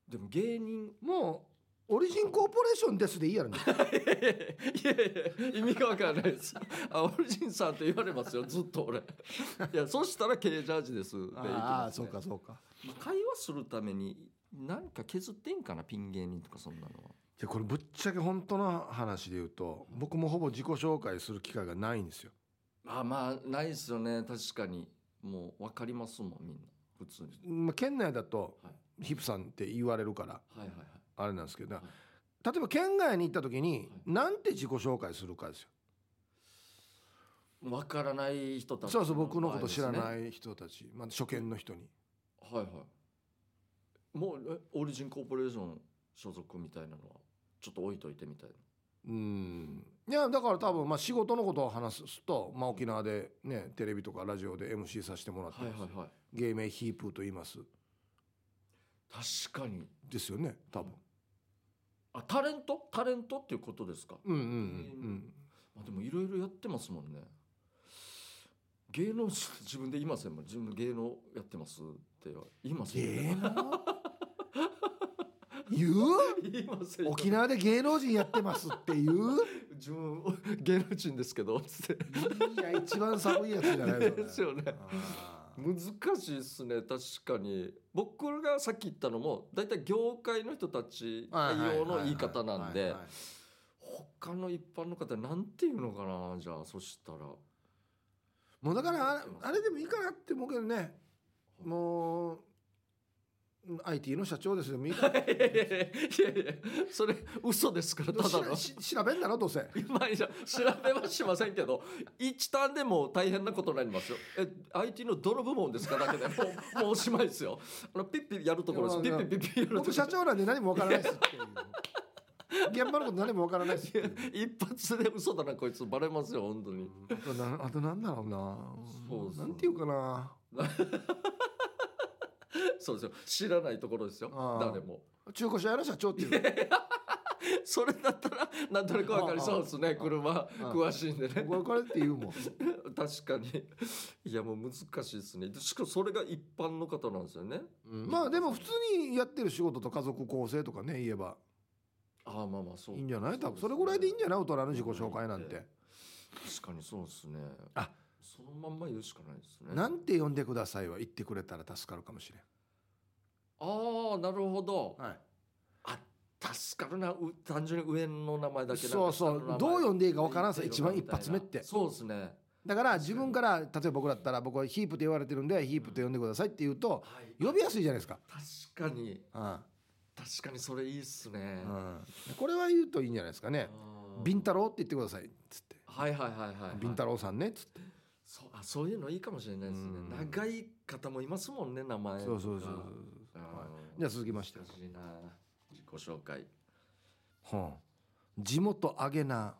[SPEAKER 1] でも芸人
[SPEAKER 2] もうオリジンコーポレーションですでいいやろね
[SPEAKER 1] いやいやいや意味がわからないですあオリジンさんって言われますよずっと俺いやそしたら K ジャージですって言って
[SPEAKER 2] あ
[SPEAKER 1] ま
[SPEAKER 2] あ
[SPEAKER 1] す
[SPEAKER 2] そ
[SPEAKER 1] ね
[SPEAKER 2] うかそうか
[SPEAKER 1] まあ会話するために何か削ってんかなピン芸人とかそんなのは
[SPEAKER 2] でこれぶっちゃけ本当の話で言うと僕もほぼ自己紹介する機会がないんですよ
[SPEAKER 1] まあまあないですよね確かにもう分かりますもんみんな普通に
[SPEAKER 2] まあ、県内だと
[SPEAKER 1] はい
[SPEAKER 2] ヒップさんって言われるから
[SPEAKER 1] はいはいはい
[SPEAKER 2] あれなんですけど、
[SPEAKER 1] はい
[SPEAKER 2] 例えば県外に行った時に
[SPEAKER 1] はい
[SPEAKER 2] なんて自己紹介するかですよ、
[SPEAKER 1] 分からない人たち
[SPEAKER 2] そうそう僕のこと知
[SPEAKER 1] 前
[SPEAKER 2] ら
[SPEAKER 1] ですね
[SPEAKER 2] ない人たち、まあ、初見の人に
[SPEAKER 1] はいはいもうえオリジンコーポレーション所属みたいなのはちょっと置いといてみたいな
[SPEAKER 2] うんいやだから多分まあ仕事のことを話すと、まあ、沖縄でねテレビとかラジオで MC させてもらってます、
[SPEAKER 1] はい
[SPEAKER 2] 芸名ヒープーと言います
[SPEAKER 1] 確かに
[SPEAKER 2] ですよね多分
[SPEAKER 1] あタレントタレントっていうことですか、
[SPEAKER 2] うんうん
[SPEAKER 1] うんうんまあ、でもいろいろやってますもんね芸能自分で言いませんもん自分芸能やってますっては言いませんよね
[SPEAKER 2] 芸能言う
[SPEAKER 1] 言いませんよ
[SPEAKER 2] 沖縄で芸能人やってますっていう
[SPEAKER 1] 自分芸能人ですけどつって
[SPEAKER 2] いや一番寒いやつじゃないそれ
[SPEAKER 1] ですよね
[SPEAKER 2] あー
[SPEAKER 1] 難しいですね確かに僕がさっき言ったのも大体業界の人たち
[SPEAKER 2] はいはいはい
[SPEAKER 1] 対応の言い方なん
[SPEAKER 2] はい
[SPEAKER 1] で
[SPEAKER 2] はい
[SPEAKER 1] 他の一般の方なんていうのかなじゃあそしたら
[SPEAKER 2] もうだからああれでもいいかなって思うけどねもううん IT の社長ですよもうい いか
[SPEAKER 1] いやいやいやいやいやそれ嘘ですからただの
[SPEAKER 2] らしし調べんだろど うせ
[SPEAKER 1] 今じゃ調べはしませんけど一単でも大変なことになりますよえ IT のどの部門ですかだけでもうもうおしまいですよあのピッピッやるところです
[SPEAKER 2] い
[SPEAKER 1] ピ
[SPEAKER 2] や
[SPEAKER 1] ッ
[SPEAKER 2] まあ
[SPEAKER 1] ピッピッピッやるとこ
[SPEAKER 2] 僕
[SPEAKER 1] ろ
[SPEAKER 2] 社長なんで何もわからないですっていう現場のこと何もわからないですっていう
[SPEAKER 1] 一発で嘘だなこいつバレますよ本当に
[SPEAKER 2] あとなあとなんだろうな
[SPEAKER 1] そうっすね
[SPEAKER 2] なんていうかな
[SPEAKER 1] そうですよ知らないところですよ
[SPEAKER 2] ああ
[SPEAKER 1] 誰も
[SPEAKER 2] 中古車屋の社長っていう
[SPEAKER 1] それだったらなんとなくわかりそうですね車詳しいんでね
[SPEAKER 2] 僕はこれって言う もん
[SPEAKER 1] 確かにいやもう難しいですねでしかもそれが一般の方なんですよね
[SPEAKER 2] まあでも普通にやってる仕事と家族構成とかね言えば
[SPEAKER 1] ああまあまあそう
[SPEAKER 2] い
[SPEAKER 1] い
[SPEAKER 2] いんじゃない多分それぐらいでいいんじゃない大人の自己紹介なんて
[SPEAKER 1] 確かにそうですね
[SPEAKER 2] あ
[SPEAKER 1] そのまんま言うしかないですね
[SPEAKER 2] なんて呼んでくださいは言ってくれたら助かるかもしれ
[SPEAKER 1] ああなるほど
[SPEAKER 2] ん、はい、
[SPEAKER 1] あ助かるなう単純に上の名前だけなんか
[SPEAKER 2] そうそ
[SPEAKER 1] 下の名
[SPEAKER 2] う
[SPEAKER 1] 前
[SPEAKER 2] どう呼んでいいかわからんさ一番一発目って
[SPEAKER 1] そうですね
[SPEAKER 2] だから自分から例えば僕だったら僕はヒープって言われてるんでヒープって呼んでくださいって言うと
[SPEAKER 1] はい
[SPEAKER 2] 呼びやすいじゃないですか、
[SPEAKER 1] 確かに
[SPEAKER 2] うん
[SPEAKER 1] 確かにそれいいっすね、
[SPEAKER 2] うん、これは言うといいんじゃないですかね
[SPEAKER 1] あ
[SPEAKER 2] 「
[SPEAKER 1] ー
[SPEAKER 2] ビンタロウ」って言ってくださいっつって
[SPEAKER 1] はいはいはいはい、は
[SPEAKER 2] 「
[SPEAKER 1] い、
[SPEAKER 2] ビンタロウさんね」っつって
[SPEAKER 1] そうあそういうのいいかもしれないですね
[SPEAKER 2] うん
[SPEAKER 1] 長い方もいますもんね名前とか
[SPEAKER 2] そうそうそう
[SPEAKER 1] あー
[SPEAKER 2] じゃあ続きまして
[SPEAKER 1] 難しいな自己紹介
[SPEAKER 2] はあ地元あげな、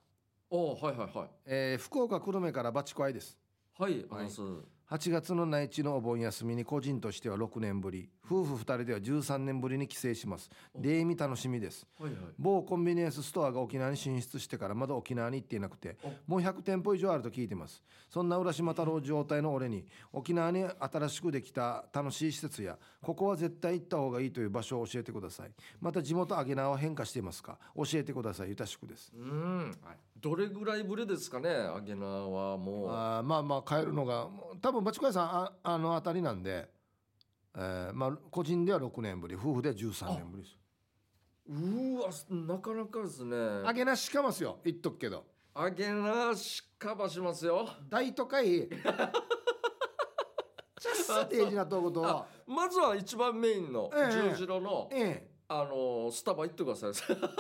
[SPEAKER 1] おーはいはいはい
[SPEAKER 2] えー福岡久留米からバチコアイです
[SPEAKER 1] はい、
[SPEAKER 2] はい
[SPEAKER 1] あのそう
[SPEAKER 2] 8月の内地のお盆休みに個人としては6年ぶり夫婦2人では13年ぶりに帰省します
[SPEAKER 1] お
[SPEAKER 2] 礼儀楽しみです
[SPEAKER 1] はいはい
[SPEAKER 2] 某コンビニエンスストアが沖縄に進出してからまだ沖縄に行っていなくて
[SPEAKER 1] お
[SPEAKER 2] もう100店舗以上あると聞いてますそんな浦島太郎状態の俺に沖縄に新しくできた楽しい施設やここは絶対行った方がいいという場所を教えてくださいまた地元アゲナは変化していますか教えてくださいゆたしくです
[SPEAKER 1] うん、どれぐらいぶりですかねアゲナはもう
[SPEAKER 2] あーまあまあ帰るのがもう多分バチコヤさんああの辺りなんで、えーまあ個人では6年ぶり夫婦では13年ぶりです
[SPEAKER 1] うーわすなかなかですね
[SPEAKER 2] アゲナしかますよ言っとくけど
[SPEAKER 1] アゲナしかばしますよ
[SPEAKER 2] 大都会ちゃっさて大事なとことを
[SPEAKER 1] あまずは一番メインの
[SPEAKER 2] ええ
[SPEAKER 1] 十字路の、
[SPEAKER 2] ええ
[SPEAKER 1] あのスタバ行ってください
[SPEAKER 2] たまに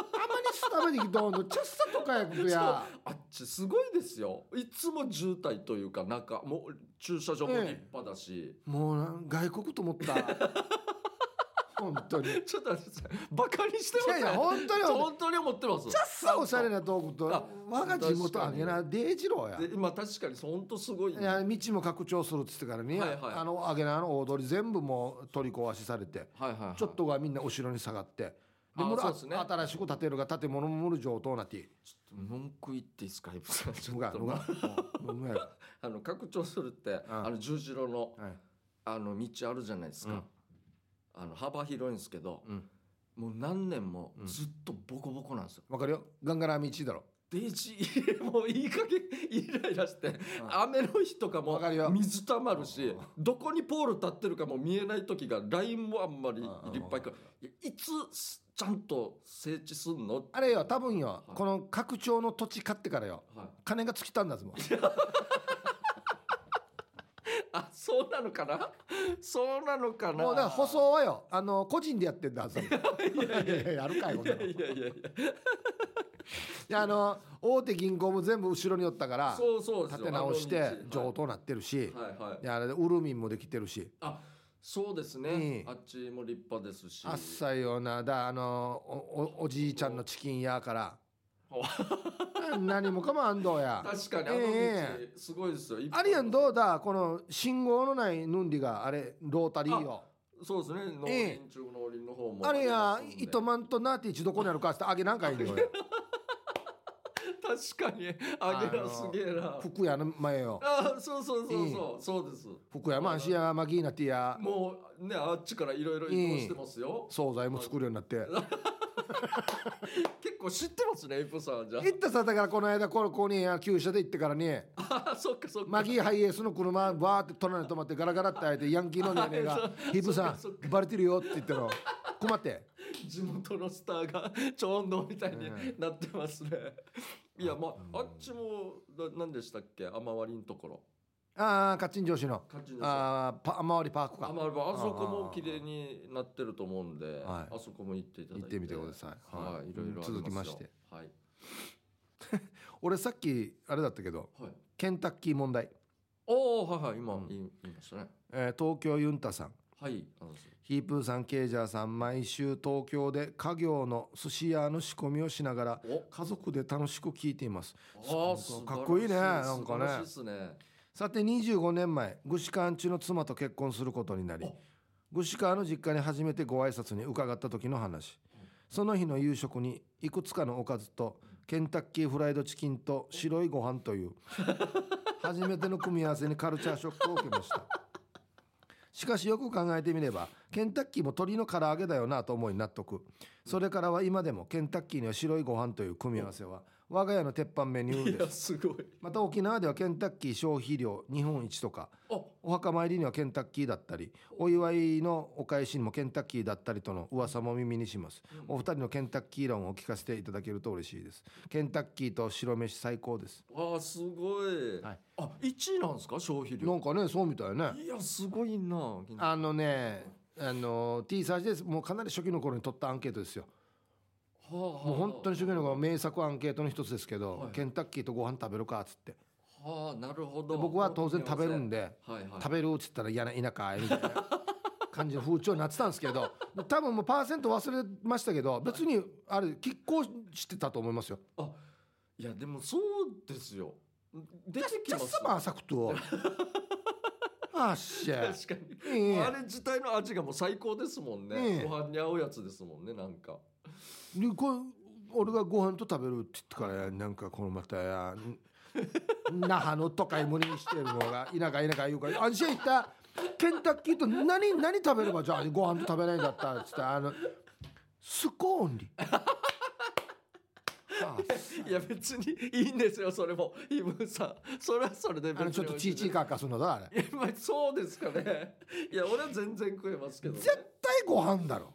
[SPEAKER 2] スタメにきどんどんちゃっさとかやことや
[SPEAKER 1] あっちすごいですよいつも渋滞というかなんかもう駐車場も立派だし、
[SPEAKER 2] もうなん外国と思った本当にい
[SPEAKER 1] ちょっと待ってくださいバカにしてませ
[SPEAKER 2] やい
[SPEAKER 1] ん
[SPEAKER 2] や本当に本当に
[SPEAKER 1] 本当に思ってます
[SPEAKER 2] ちゃっさおしゃれなとこと
[SPEAKER 1] あ
[SPEAKER 2] 我が地元あげなデイジローや
[SPEAKER 1] で今確かにそう本当すごい
[SPEAKER 2] いや道も拡張するっつってからに、
[SPEAKER 1] はいはい
[SPEAKER 2] あのアゲナの大通り全部もう取り壊しされて
[SPEAKER 1] はいはいはい
[SPEAKER 2] ちょっとがみんな後ろに下がってで
[SPEAKER 1] あ
[SPEAKER 2] もろ
[SPEAKER 1] そうですね
[SPEAKER 2] 新しく建てるが建物ももる上等なって
[SPEAKER 1] ちょっと文句言っていいですかエブさんちょっ
[SPEAKER 2] のが
[SPEAKER 1] と
[SPEAKER 2] のがうんのがやろ
[SPEAKER 1] あの拡張するって、あの十字路の
[SPEAKER 2] はい
[SPEAKER 1] あの道あるじゃないですか、
[SPEAKER 2] うん
[SPEAKER 1] あの幅広いんですけど、
[SPEAKER 2] うん
[SPEAKER 1] もう何年も
[SPEAKER 2] うん
[SPEAKER 1] ずっとボコボコなんですよ、
[SPEAKER 2] わかるよガンガラ道だろ
[SPEAKER 1] デイジーもういい加減 イライラして、雨の日とかも
[SPEAKER 2] わかるよ
[SPEAKER 1] 水たまるし、
[SPEAKER 2] うん
[SPEAKER 1] どこにポール立ってるかも見えない時がラインもあんまり
[SPEAKER 2] う
[SPEAKER 1] 立
[SPEAKER 2] んうんうん
[SPEAKER 1] 派にいやいつちゃんと整地すんの、
[SPEAKER 2] あれよ多分よ、
[SPEAKER 1] はい
[SPEAKER 2] この拡張の土地買ってからよ
[SPEAKER 1] はい、
[SPEAKER 2] 金が尽きたんだぞもう
[SPEAKER 1] あそうなのかなそうなのかな
[SPEAKER 2] もうだから舗装はよあの個人でやってんだはずだもんいやいややるかいこん
[SPEAKER 1] い
[SPEAKER 2] な
[SPEAKER 1] や
[SPEAKER 2] の
[SPEAKER 1] いやいやいや
[SPEAKER 2] であの大手銀行も全部後ろに寄ったから
[SPEAKER 1] そうそうですよ
[SPEAKER 2] 立て直し
[SPEAKER 1] あ
[SPEAKER 2] て
[SPEAKER 1] の道
[SPEAKER 2] 上等になってるし、
[SPEAKER 1] はいはい
[SPEAKER 2] であれでウルミンもできてるし
[SPEAKER 1] あそうです
[SPEAKER 2] ええ
[SPEAKER 1] ね、あっちも立派ですし
[SPEAKER 2] あっさいようなだあのおおおじいちゃんのチキン屋から
[SPEAKER 1] お
[SPEAKER 2] 何もかもあんどうや
[SPEAKER 1] 確かにあの
[SPEAKER 2] え
[SPEAKER 1] 道すごいですよ、
[SPEAKER 2] あれやんどうだこの信号のないヌンディがあれロータリーよ
[SPEAKER 1] そうですね農
[SPEAKER 2] ええ
[SPEAKER 1] 林中農林の方も
[SPEAKER 2] あれや
[SPEAKER 1] りますんで
[SPEAKER 2] 糸満とナーティチどこにあるかってあげなんかいいんだよこれ
[SPEAKER 1] 確かにあげ
[SPEAKER 2] あ
[SPEAKER 1] ら
[SPEAKER 2] の
[SPEAKER 1] すげえな
[SPEAKER 2] 福屋の前よ
[SPEAKER 1] あそうそうそうそう、そうです
[SPEAKER 2] 福山芦屋マギーナティア
[SPEAKER 1] もうねあっちからいろいろ移動してますよ、
[SPEAKER 2] 惣菜も作るようになって
[SPEAKER 1] 結構知ってますねエイプさんはじゃ
[SPEAKER 2] 行ったさだからこの間ここに旧車で行ってからに
[SPEAKER 1] ああそっかそっか
[SPEAKER 2] マギーハイエースの車バーって隣に止まってガラガラって開いてヤンキーのねねが「ヒップさ
[SPEAKER 1] そっ
[SPEAKER 2] んバレてるよ」って言っての困って
[SPEAKER 1] 地元のスターが ちょうどみたいに
[SPEAKER 2] うん
[SPEAKER 1] なってますね、いやまああっちもな何でしたっけ雨割りのところ
[SPEAKER 2] ああカッチン上司の
[SPEAKER 1] 勝ちの
[SPEAKER 2] ああパ周りパーク
[SPEAKER 1] あ
[SPEAKER 2] か
[SPEAKER 1] まあ、あそこも綺麗になってると思うんで、
[SPEAKER 2] はい
[SPEAKER 1] あそこも行っていただいて
[SPEAKER 2] 行ってみてください
[SPEAKER 1] はい、
[SPEAKER 2] はい
[SPEAKER 1] い、ろいろありすよ
[SPEAKER 2] 続きまして
[SPEAKER 1] はい、
[SPEAKER 2] 俺さっきあれだったけど
[SPEAKER 1] はい、
[SPEAKER 2] ケンタッキー問題、
[SPEAKER 1] おおはいはい今、
[SPEAKER 2] うん
[SPEAKER 1] 言い言いましたね
[SPEAKER 2] えー東京ユンタさん
[SPEAKER 1] はいあの
[SPEAKER 2] ヒープーさんケイジャーさん毎週東京で家業の寿司屋の仕込みをしながら家族で楽しく聞いています
[SPEAKER 1] おあ
[SPEAKER 2] そう
[SPEAKER 1] ー
[SPEAKER 2] かかっこいいね
[SPEAKER 1] 素晴らし
[SPEAKER 2] なんかね
[SPEAKER 1] 素晴らしいですね
[SPEAKER 2] さて25年前具志堅中の妻と結婚することになり
[SPEAKER 1] お
[SPEAKER 2] 具志堅の実家に初めてご挨拶に伺った時の話その日の夕食にいくつかのおかずとケンタッキーフライドチキンと白いご飯という初めての組み合わせにカルチャーショックを受けましたしかしよく考えてみればケンタッキーも鶏の唐揚げだよなと思い納得それからは今でもケンタッキーには白いご飯という組み合わせは我が家の鉄板メニュー
[SPEAKER 1] い
[SPEAKER 2] で
[SPEAKER 1] や
[SPEAKER 2] す
[SPEAKER 1] すごい
[SPEAKER 2] また沖縄ではケンタッキー消費量日本一とか
[SPEAKER 1] あ
[SPEAKER 2] お墓参りにはケンタッキーだったりお祝いのお返しにもケンタッキーだったりとの噂も耳にしますお二人のケンタッキー論を聞かせていただけると嬉しいですケンタッキーと白飯最高です
[SPEAKER 1] あーすごい、
[SPEAKER 2] はい
[SPEAKER 1] あ一位なんですか消費
[SPEAKER 2] な
[SPEAKER 1] 量
[SPEAKER 2] んかねそうみたいね
[SPEAKER 1] いやすごいな
[SPEAKER 2] あのねあの T サージですもうかなり初期の頃に取ったアンケートですよも
[SPEAKER 1] も
[SPEAKER 2] う本当に初期の頃名作アンケートの一つですけど、
[SPEAKER 1] はい
[SPEAKER 2] ケンタッキーとご飯食べるかっつってで
[SPEAKER 1] はあなるほど
[SPEAKER 2] 僕は当然食べるん
[SPEAKER 1] で、
[SPEAKER 2] で
[SPEAKER 1] はいはい、
[SPEAKER 2] 食べるっつったら嫌な田舎へみたいな感じの風潮になってたんですけ ど多分もうパーセント忘れましたけど別にあれ拮抗してたと思いますよ。
[SPEAKER 1] あいやでもそうですよ出てき
[SPEAKER 2] じゃ
[SPEAKER 1] ま
[SPEAKER 2] あ
[SPEAKER 1] す
[SPEAKER 2] すま浅 くと。あっしゃ。
[SPEAKER 1] 確かに
[SPEAKER 2] いいいい
[SPEAKER 1] あれ自体の味がもう最高ですもんね、
[SPEAKER 2] ええ
[SPEAKER 1] ご飯に合うやつですもんねなんか
[SPEAKER 2] でこれ俺がご飯と食べるって言ってからなんかこのまたやん那覇の都会無理にしてるのが田舎田舎言うから「あんしゃ行ったケンタッキーと何何食べればじゃあご飯と食べないんだった」っつってあのスコーンリあ
[SPEAKER 1] いや別にいいんですよそれもイブさんそれはそれで別
[SPEAKER 2] あの
[SPEAKER 1] に
[SPEAKER 2] ちょっとチーチー
[SPEAKER 1] か
[SPEAKER 2] カーカーするのだあれ
[SPEAKER 1] いやまあそうですかねいや俺は全然食えますけど、ね、
[SPEAKER 2] 絶対ご飯だろ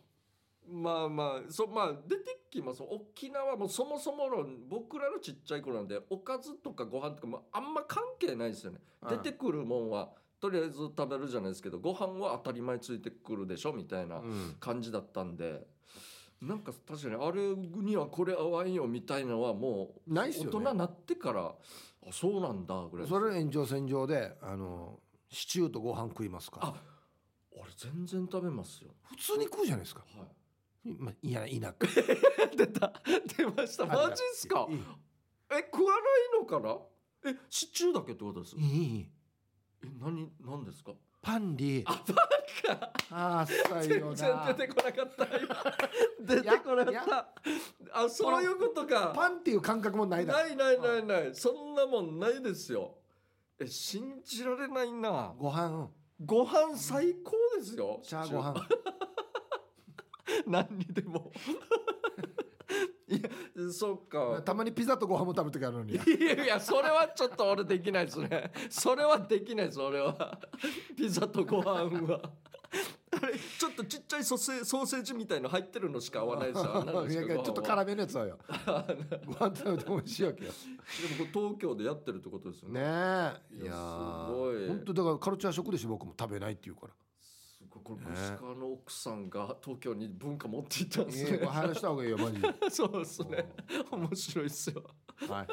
[SPEAKER 1] まあまあそまあ出てきます沖縄もそもそもの僕らのちっちゃい頃なんでおかずとかご飯とかもあんま関係ないですよね、
[SPEAKER 2] うん
[SPEAKER 1] 出てくるもんはとりあえず食べるじゃないですけどご飯は当たり前ついてくるでしょみたいな
[SPEAKER 2] うん
[SPEAKER 1] 感じだったんで、なんか確かにあれにはこれ合わんよみたいなのはもう
[SPEAKER 2] ないっすよね
[SPEAKER 1] 大人になってからあそうなんだぐらいです
[SPEAKER 2] それ炎上戦場であのシチューとご飯食いますか
[SPEAKER 1] あ俺全然食べますよ
[SPEAKER 2] 普通に食うじゃないですか、
[SPEAKER 1] はい
[SPEAKER 2] まあ、いや田舎
[SPEAKER 1] 出た出ましたマジっすか
[SPEAKER 2] いい
[SPEAKER 1] え食わないのかなえシチューだけってことです
[SPEAKER 2] いいいい
[SPEAKER 1] え何何ですか
[SPEAKER 2] パンリー
[SPEAKER 1] あパンか
[SPEAKER 2] ああさい
[SPEAKER 1] 全
[SPEAKER 2] よ
[SPEAKER 1] 然
[SPEAKER 2] な
[SPEAKER 1] 出てこなかった今出てこなか
[SPEAKER 2] いやい
[SPEAKER 1] ったあそういうことか
[SPEAKER 2] パンっていう感覚もな
[SPEAKER 1] ないい
[SPEAKER 2] だろ
[SPEAKER 1] ないないないそんなもんないですよえ信じられないな
[SPEAKER 2] ご飯
[SPEAKER 1] ご飯最高ですよ
[SPEAKER 2] チャーご飯
[SPEAKER 1] 何にでもいやそっか
[SPEAKER 2] たまにピザとご飯も食べてからのに
[SPEAKER 1] いやいやそれはちょっと俺できないですねそれはできないです俺はピザとご飯はあれちょっとちっちゃいソーセーソーセージみたいの入ってるのしか合わないです よあんなの
[SPEAKER 2] い
[SPEAKER 1] し
[SPEAKER 2] や
[SPEAKER 1] かご飯
[SPEAKER 2] いや
[SPEAKER 1] は
[SPEAKER 2] ちょっと辛めのやつだ よ
[SPEAKER 1] あのでも
[SPEAKER 2] ご飯食べても美味しいわけよ
[SPEAKER 1] これ東京でやってるってことですよね
[SPEAKER 2] ね
[SPEAKER 1] い
[SPEAKER 2] え
[SPEAKER 1] や
[SPEAKER 2] ー
[SPEAKER 1] すごい
[SPEAKER 2] 本当だからカルチャーショックでしょ僕も食べないっていうから
[SPEAKER 1] すごいこれ息子の奥さんが東京に文化持っていったんで
[SPEAKER 2] い
[SPEAKER 1] す
[SPEAKER 2] や
[SPEAKER 1] ね
[SPEAKER 2] これ入らした方がいいよマジで、
[SPEAKER 1] そうですね面白いっすよ
[SPEAKER 2] はい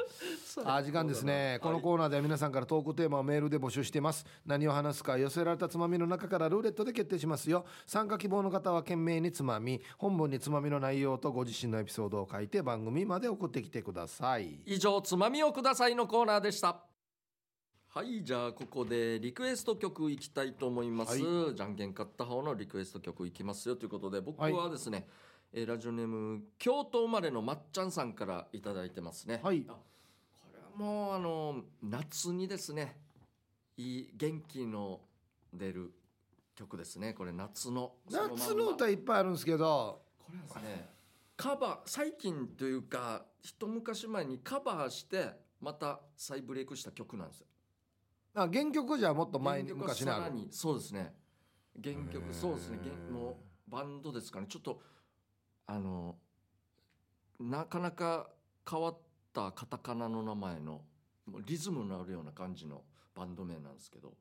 [SPEAKER 2] あ時間ですね、このコーナーでは皆さんからトークテーマをメールで募集しています何を話すか寄せられたつまみの中からルーレットで決定しますよ参加希望の方は懸命につまみ本文につまみの内容とご自身のエピソードを書いて番組まで送ってきてください
[SPEAKER 1] 以上つまみをくださいのコーナーでしたはいじゃあここでリクエスト曲いきたいと思います、じゃんけん勝った方のリクエスト曲いきますよということで僕
[SPEAKER 2] は
[SPEAKER 1] はですね、えーラジオネーム京都生まれのまっちゃんさんからいただいてますね
[SPEAKER 2] はい
[SPEAKER 1] あこれはもうあの夏にですねいい元気の出る曲ですねこれ夏のそまんま
[SPEAKER 2] 夏の歌いっぱいあるんですけど
[SPEAKER 1] これはですねカバー最近というか一昔前にカバーしてまた再ブレイクした曲なんですよ
[SPEAKER 2] あ原曲じゃもっと前に
[SPEAKER 1] 原曲は
[SPEAKER 2] 昔にあ
[SPEAKER 1] さら
[SPEAKER 2] る
[SPEAKER 1] にそうですね原曲
[SPEAKER 2] へー
[SPEAKER 1] そうですね原もうバンドですかねちょっとあのなかなか変わったカタカナの名前のもうリズムのあるような感じのバンド名なんですけど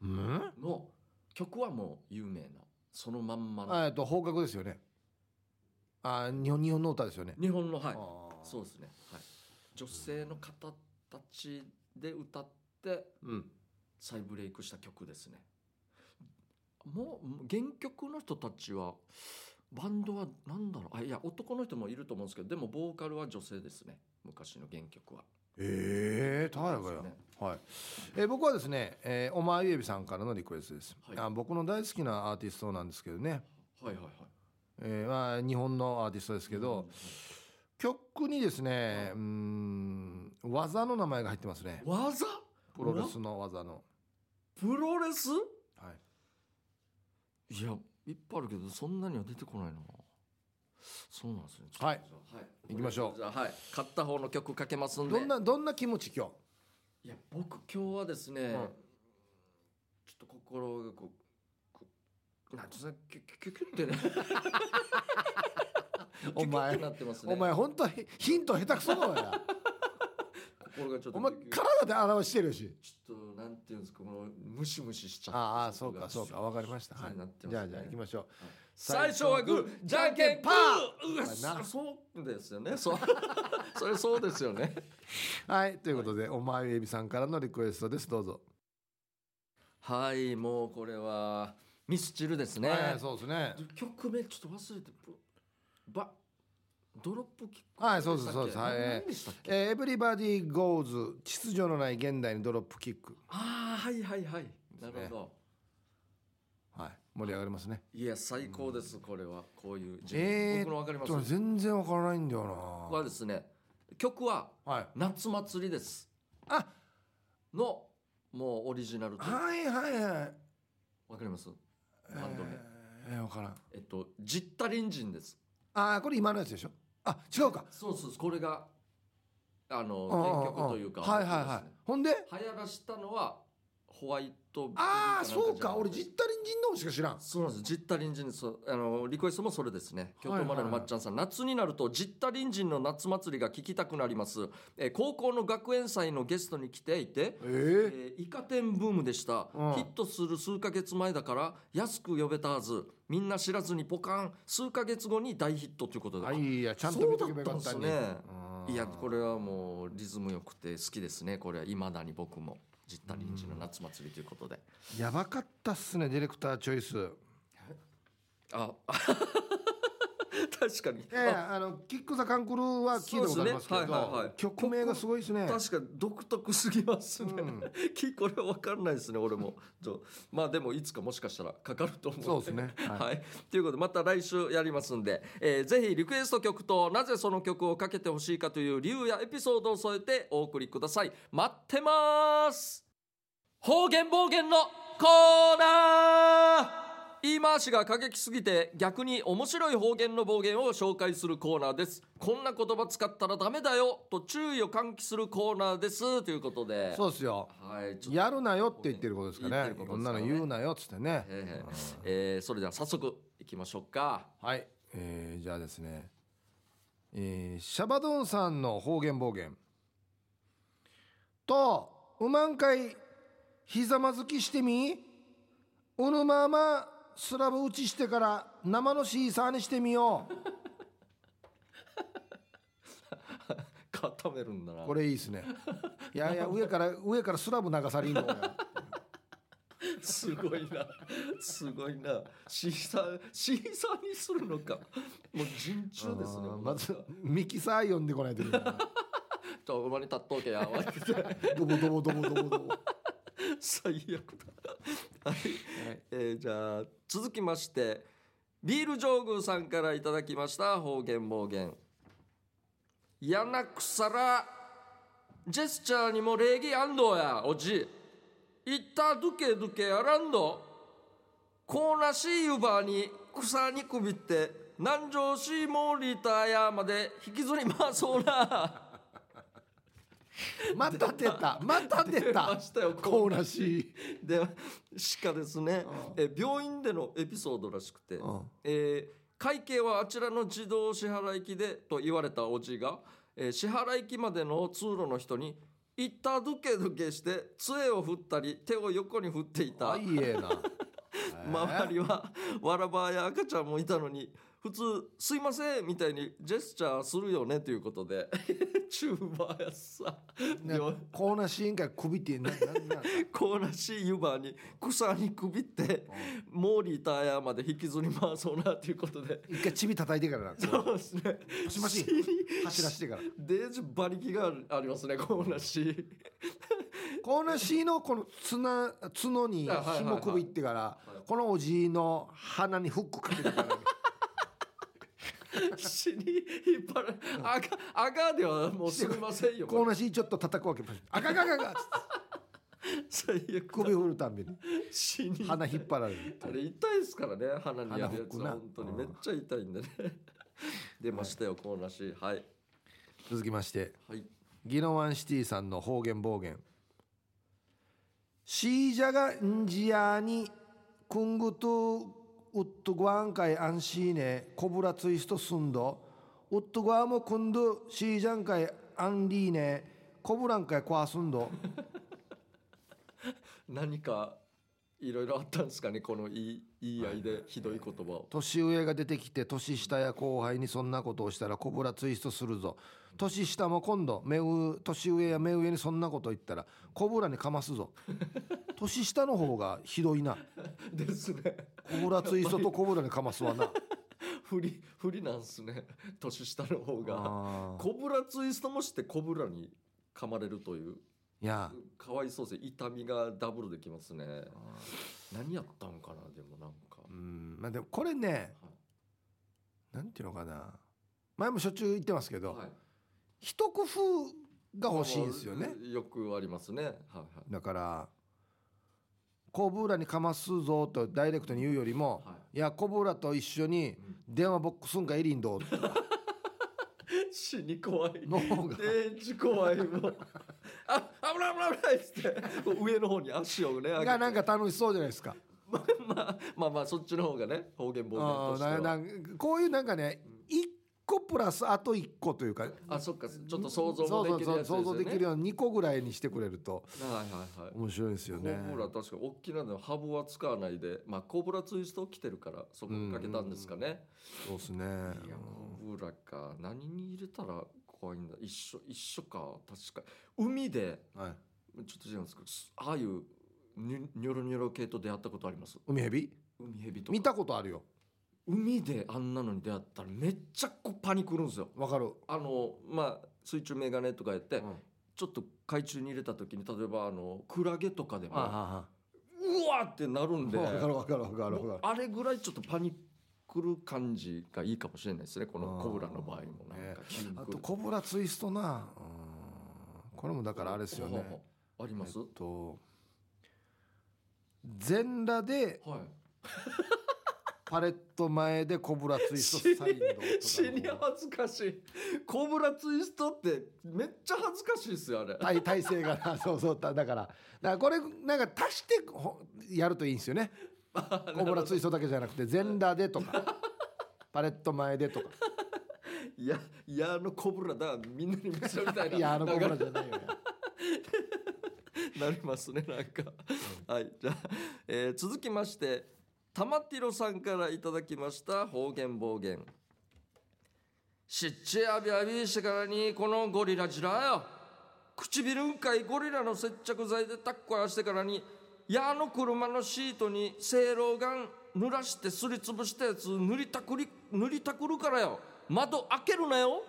[SPEAKER 2] うん
[SPEAKER 1] の曲はもう有名なそのまんまの
[SPEAKER 2] あえっと方角ですよねあ日本日本の歌ですよね
[SPEAKER 1] 日本のはい
[SPEAKER 2] あー
[SPEAKER 1] そうですね、はい、女性の方たちで歌って
[SPEAKER 2] うん
[SPEAKER 1] 再ブレイクした曲ですねもう原曲の人たちはバンドは何だろうあいや男の人もいると思うんですけどでもボーカルは女性ですね昔の原曲は
[SPEAKER 2] ええー、大河よ、はい、えー僕はですね、えー、おまゆえびさんからのリクエストです、
[SPEAKER 1] はい
[SPEAKER 2] あ僕の大好きなアーティストなんですけどね、
[SPEAKER 1] はいはいはい
[SPEAKER 2] えーまあ、日本のアーティストですけど、曲にですね、うーん技の名前が入ってますね
[SPEAKER 1] うん技
[SPEAKER 2] プロレスの技の、
[SPEAKER 1] プロレス
[SPEAKER 2] はい、
[SPEAKER 1] いやいっぱいあるけどそんなには出てこないなそうなんですね。
[SPEAKER 2] はい
[SPEAKER 1] ちょっとじゃあはい。
[SPEAKER 2] 行きましょう
[SPEAKER 1] じゃあはい。買った方の曲かけますんで。
[SPEAKER 2] どんなどんな気持ち今
[SPEAKER 1] い
[SPEAKER 2] 日
[SPEAKER 1] や僕今日はですね、
[SPEAKER 2] ん
[SPEAKER 1] ちょっと心がこうこうなんていうんですかキュキュキュキュってね
[SPEAKER 2] お
[SPEAKER 1] キュキュって
[SPEAKER 2] 前
[SPEAKER 1] なってますね
[SPEAKER 2] お前本当はヒヒント下手くそだわや
[SPEAKER 1] 心がちょっと
[SPEAKER 2] お前
[SPEAKER 1] キュキュ
[SPEAKER 2] 体で表してるし
[SPEAKER 1] ちょっとなんていうんですかこのムシムシしちゃって
[SPEAKER 2] ああそうかそうかわかりました、
[SPEAKER 1] は
[SPEAKER 2] はいい
[SPEAKER 1] なって、ます
[SPEAKER 2] じ
[SPEAKER 1] ね
[SPEAKER 2] ゃあじゃあ行きましょう
[SPEAKER 1] 最初はグーじゃんけんパーうわ
[SPEAKER 2] はいな
[SPEAKER 1] そうですよね そうそれそうですよね
[SPEAKER 2] はいということで、お前エビさんからのリクエストですどうぞ、
[SPEAKER 1] はいもうこれはミスチルですね、
[SPEAKER 2] はいそうですね
[SPEAKER 1] 曲名ちょっと忘れてぶばドロップキック
[SPEAKER 2] はいそうですそうですはい
[SPEAKER 1] 何でしたっけ、
[SPEAKER 2] えー、エブリバディーゴーズ秩序のない現代にドロップキック
[SPEAKER 1] ああはいはいはいなるほど、
[SPEAKER 2] はい盛り上がりますね
[SPEAKER 1] いや最高ですこれはこういう、
[SPEAKER 2] えー
[SPEAKER 1] 僕のわかりま
[SPEAKER 2] ちょっと
[SPEAKER 1] す
[SPEAKER 2] 全然わからないんだよ
[SPEAKER 1] 僕はですね曲は
[SPEAKER 2] なはい
[SPEAKER 1] 夏祭りです
[SPEAKER 2] あ
[SPEAKER 1] のもうオリジナルというか
[SPEAKER 2] はいはいはい
[SPEAKER 1] わかりますバンド名
[SPEAKER 2] えー、えー、わからん
[SPEAKER 1] えっとジッタリンジンです
[SPEAKER 2] あーこれ今のやつでしょあ違うか
[SPEAKER 1] そうそうこれがあの
[SPEAKER 2] うん
[SPEAKER 1] 原曲というか
[SPEAKER 2] んんはいはいはいほんで
[SPEAKER 1] 流行らしたのはホワイトビー
[SPEAKER 2] あ
[SPEAKER 1] な
[SPEAKER 2] あ
[SPEAKER 1] んじゃなく
[SPEAKER 2] そ
[SPEAKER 1] て
[SPEAKER 2] うか俺実体人の方しか知らん
[SPEAKER 1] そうなんですジッタリンジンそうあのリクエストもそれですね京都生まれのまっちゃんさん、夏になるとジッタリンジンの夏祭りが聞きたくなります、えー高校の学園祭のゲストに来ていて
[SPEAKER 2] ええ
[SPEAKER 1] えーイカ天ブームでした、
[SPEAKER 2] うん
[SPEAKER 1] ヒットする数ヶ月前だから安く呼べたはずみんな知らずにポカン数ヶ月後に大ヒットということで、
[SPEAKER 2] あいいやちゃんと見とけばよかった
[SPEAKER 1] そう
[SPEAKER 2] ね
[SPEAKER 1] だったんです
[SPEAKER 2] うん
[SPEAKER 1] いやこれはもうリズムよくて好きですねこれはいまだに僕もジッタリンジンの夏祭りということで、
[SPEAKER 2] やばかったっすねディレクターチョイス
[SPEAKER 1] あ 確かに、
[SPEAKER 2] ええあのキック・ザ・カンクルーは聞いたことありますけ
[SPEAKER 1] そうですねはいはいは
[SPEAKER 2] ど
[SPEAKER 1] い
[SPEAKER 2] 曲名がすごいですね
[SPEAKER 1] 確かに独特すぎますね、
[SPEAKER 2] うん
[SPEAKER 1] きこれ分かんないですね俺もちょまあでもいつかもしかしたらかかると思うん
[SPEAKER 2] そ うですね
[SPEAKER 1] はい、
[SPEAKER 2] は
[SPEAKER 1] ということでまた来週やりますんで、えーぜひリクエスト曲となぜその曲をかけてほしいかという理由やエピソードを添えてお送りください待ってます方言暴言のコーナー言い回しが過激すぎて逆に面白い方言の暴言を紹介するコーナーですこんな言葉使ったらダメだよと注意を喚起するコーナーですということで
[SPEAKER 2] そうですよ
[SPEAKER 1] はいちょっと
[SPEAKER 2] やるなよって言ってることですか
[SPEAKER 1] 言って
[SPEAKER 2] ね
[SPEAKER 1] ること
[SPEAKER 2] こ
[SPEAKER 1] で
[SPEAKER 2] ん
[SPEAKER 1] すか
[SPEAKER 2] な
[SPEAKER 1] ら
[SPEAKER 2] の
[SPEAKER 1] ね
[SPEAKER 2] 言うなよっつってね
[SPEAKER 1] えええーそれでは早速いきましょうか
[SPEAKER 2] はい、えー、じゃあですね、えー、シャバドゥンさんの方言暴言とうまんかいひざまずきしてみうぬままスラブ打ちしてから生のシーサーにしてみよう
[SPEAKER 1] 固めるんだな
[SPEAKER 2] これいいで すねいやいや上から上からスラブ流されんのや
[SPEAKER 1] すごいなすごいなシーサーシーサーにするのかもう順調ですね
[SPEAKER 2] あーまずミキサー呼んでこないといけない
[SPEAKER 1] ちょお前に立っとけやわ
[SPEAKER 2] ドボドボドボドボドボ
[SPEAKER 1] 最悪だはい、えーじゃあ続きましてビール上宮さんからいただきました方言暴言やなくさらジェスチャーにも礼儀あんどやおじいったどけどけやらんどこうなしゆばに草にくびって南城しもりたやまで引きずり回そうな
[SPEAKER 2] また出 たまた出
[SPEAKER 1] 出
[SPEAKER 2] た
[SPEAKER 1] ましたよ
[SPEAKER 2] こうらしい
[SPEAKER 1] で鹿ですね、え病院でのエピソードらしくて、
[SPEAKER 2] ん
[SPEAKER 1] えー会計はあちらの自動支払い機でと言われたおじが、えー支払い機までの通路の人にいったどけどけして杖を振ったり手を横に振っていた
[SPEAKER 2] あいい えな
[SPEAKER 1] 周りはわらばや赤ちゃんもいたのに普通「すいません」みたいにジェスチャーするよねということで チューバーやさ、
[SPEAKER 2] ね
[SPEAKER 1] 病
[SPEAKER 2] コーナーシーンから首ってななな
[SPEAKER 1] こうらしい湯葉に草にくびってモーリーターヤまで引きずり回そうなっていうことで
[SPEAKER 2] 一回チビ叩いてから な
[SPEAKER 1] そうですね
[SPEAKER 2] しまし
[SPEAKER 1] 死に
[SPEAKER 2] 走らしてから
[SPEAKER 1] デージ馬力がありますねこうらしい
[SPEAKER 2] コーナーシーンのこの綱角に
[SPEAKER 1] あはいはいはい
[SPEAKER 2] 紐首ってから
[SPEAKER 1] はい
[SPEAKER 2] このおじいの鼻にフックか けてから
[SPEAKER 1] 死に引っ張るあがあがではもうすみませんよ
[SPEAKER 2] コ
[SPEAKER 1] こ
[SPEAKER 2] ー
[SPEAKER 1] れ
[SPEAKER 2] ナーシーンちょっと叩くわけあかかかか
[SPEAKER 1] 最悪
[SPEAKER 2] 首振るたんびに
[SPEAKER 1] 死に
[SPEAKER 2] 鼻引っ張られる
[SPEAKER 1] あれ痛いですからね鼻にやるやつは
[SPEAKER 2] 鼻フックな
[SPEAKER 1] 本当にめっちゃ痛いんでね出ましたよ、このらしい。はい。
[SPEAKER 2] 続きまして
[SPEAKER 1] はい。
[SPEAKER 2] ギノワンシティさんの方言暴言シージャガンジアにクングトウッドグワンカイアンシーネコブラツイストスンドウッドグワもクンドシージャンカイアンリーネコブランカイコアスンド
[SPEAKER 1] 何か。いろいろあったんですかね、このいい、いい合いで、ひどい言葉を。
[SPEAKER 2] 年上が出てきて年下や後輩にそんなことをしたらコブラツイストするぞ年下も今度目上年上や目上にそんなこと言ったらコブラにかますぞ年下の方がひどいな
[SPEAKER 1] ですね。
[SPEAKER 2] コブラツイストとコブラにかますわな
[SPEAKER 1] 不利、不利なんですね。年下の方が。
[SPEAKER 2] あー
[SPEAKER 1] コブラツイストもして、コブラに。噛まれるという。
[SPEAKER 2] いや
[SPEAKER 1] かわいそうですね。痛みがダブルできますね。何やったんかな、でも、なんか
[SPEAKER 2] う。んまあでもこれねなんていうのかな前もしょっちゅう言ってますけど、
[SPEAKER 1] はい。
[SPEAKER 2] 一工夫が欲しいんですよね
[SPEAKER 1] よくありますね。はいはい。
[SPEAKER 2] だから「コブラにかますぞ」とダイレクトに言うよりも「
[SPEAKER 1] はい
[SPEAKER 2] やコブラと一緒に電話ボックスんかエリンド」
[SPEAKER 1] 死に怖 い。
[SPEAKER 2] の方が
[SPEAKER 1] 電池怖いもう。 あ、危ない危ない危ないっつって、こう上の方に足をね、上げて
[SPEAKER 2] がなんか楽しそうじゃないですか。
[SPEAKER 1] まあまあまあそっちの方がね、方言暴言
[SPEAKER 2] あ
[SPEAKER 1] と
[SPEAKER 2] ー
[SPEAKER 1] しては
[SPEAKER 2] ななんかこういうなんかね一個プラスあと一個というか
[SPEAKER 1] あ、そっか、ちょっと想像もできるやつですよ
[SPEAKER 2] そうそう
[SPEAKER 1] ね。
[SPEAKER 2] 想像できるような2個ぐらいにしてくれると
[SPEAKER 1] はいはいはい。
[SPEAKER 2] 面白いですよね。
[SPEAKER 1] コブラ確か大きなのハブは使わないで、まあコブラツイストを着てるからそこにかけたんですかね。
[SPEAKER 2] そうですね。
[SPEAKER 1] いやコブラか何に入れたら怖いんだ。一緒一緒か確か海で
[SPEAKER 2] はい、
[SPEAKER 1] ちょっと違うんですけど、すああいうニュニョロニョロ系と出会ったことあります。
[SPEAKER 2] 海蛇
[SPEAKER 1] 海蛇とか
[SPEAKER 2] 見たことあるよ。
[SPEAKER 1] 海であんなのに出会ったらめっちゃこうパニックるんですよ。
[SPEAKER 2] わかる。
[SPEAKER 1] あのまあ水中メガネとかやって、
[SPEAKER 2] うん
[SPEAKER 1] ちょっと海中に入れた時に例えばあのクラゲとかでもうわ
[SPEAKER 2] あ
[SPEAKER 1] ーってなるんで、
[SPEAKER 2] わかるわかるわかる
[SPEAKER 1] もう
[SPEAKER 2] わか
[SPEAKER 1] あれぐらいちょっとパニックる感じがいいかもしれないですね。この
[SPEAKER 2] あー
[SPEAKER 1] コブラの場合もなんか急に
[SPEAKER 2] る。
[SPEAKER 1] 来
[SPEAKER 2] あ
[SPEAKER 1] る
[SPEAKER 2] とコブラツイストな。うんこれもだからあれですよね。。
[SPEAKER 1] あります。
[SPEAKER 2] えっと全裸で
[SPEAKER 1] はい。
[SPEAKER 2] パレット前でコブラツイストサインドとかの
[SPEAKER 1] 死に恥ずかしい。コブラツイストってめっちゃ恥ずかしいですよあれ。
[SPEAKER 2] 体 体勢がなそうそうだだからだからこれなんか足してほやるといいんですよね コブラツイストだけじゃなくて全裸でと かパレット前でとか
[SPEAKER 1] いや、いやあのコブラだ、みんなに見せろみたいな。
[SPEAKER 2] いやあのコブラ
[SPEAKER 1] な
[SPEAKER 2] じゃないよね
[SPEAKER 1] なりますね、なんか。はい、じゃあ、えー続きまして、たまティロさんからいただきました方言暴言。しっちあびあびしてからに、このゴリラじらよ。唇んかいゴリラの接着剤でタッコやしてからに、いやあの車のシートに正露丸濡らしてすりつぶしたやつ塗りたくり、塗りたくるからよ。窓開けるなよ。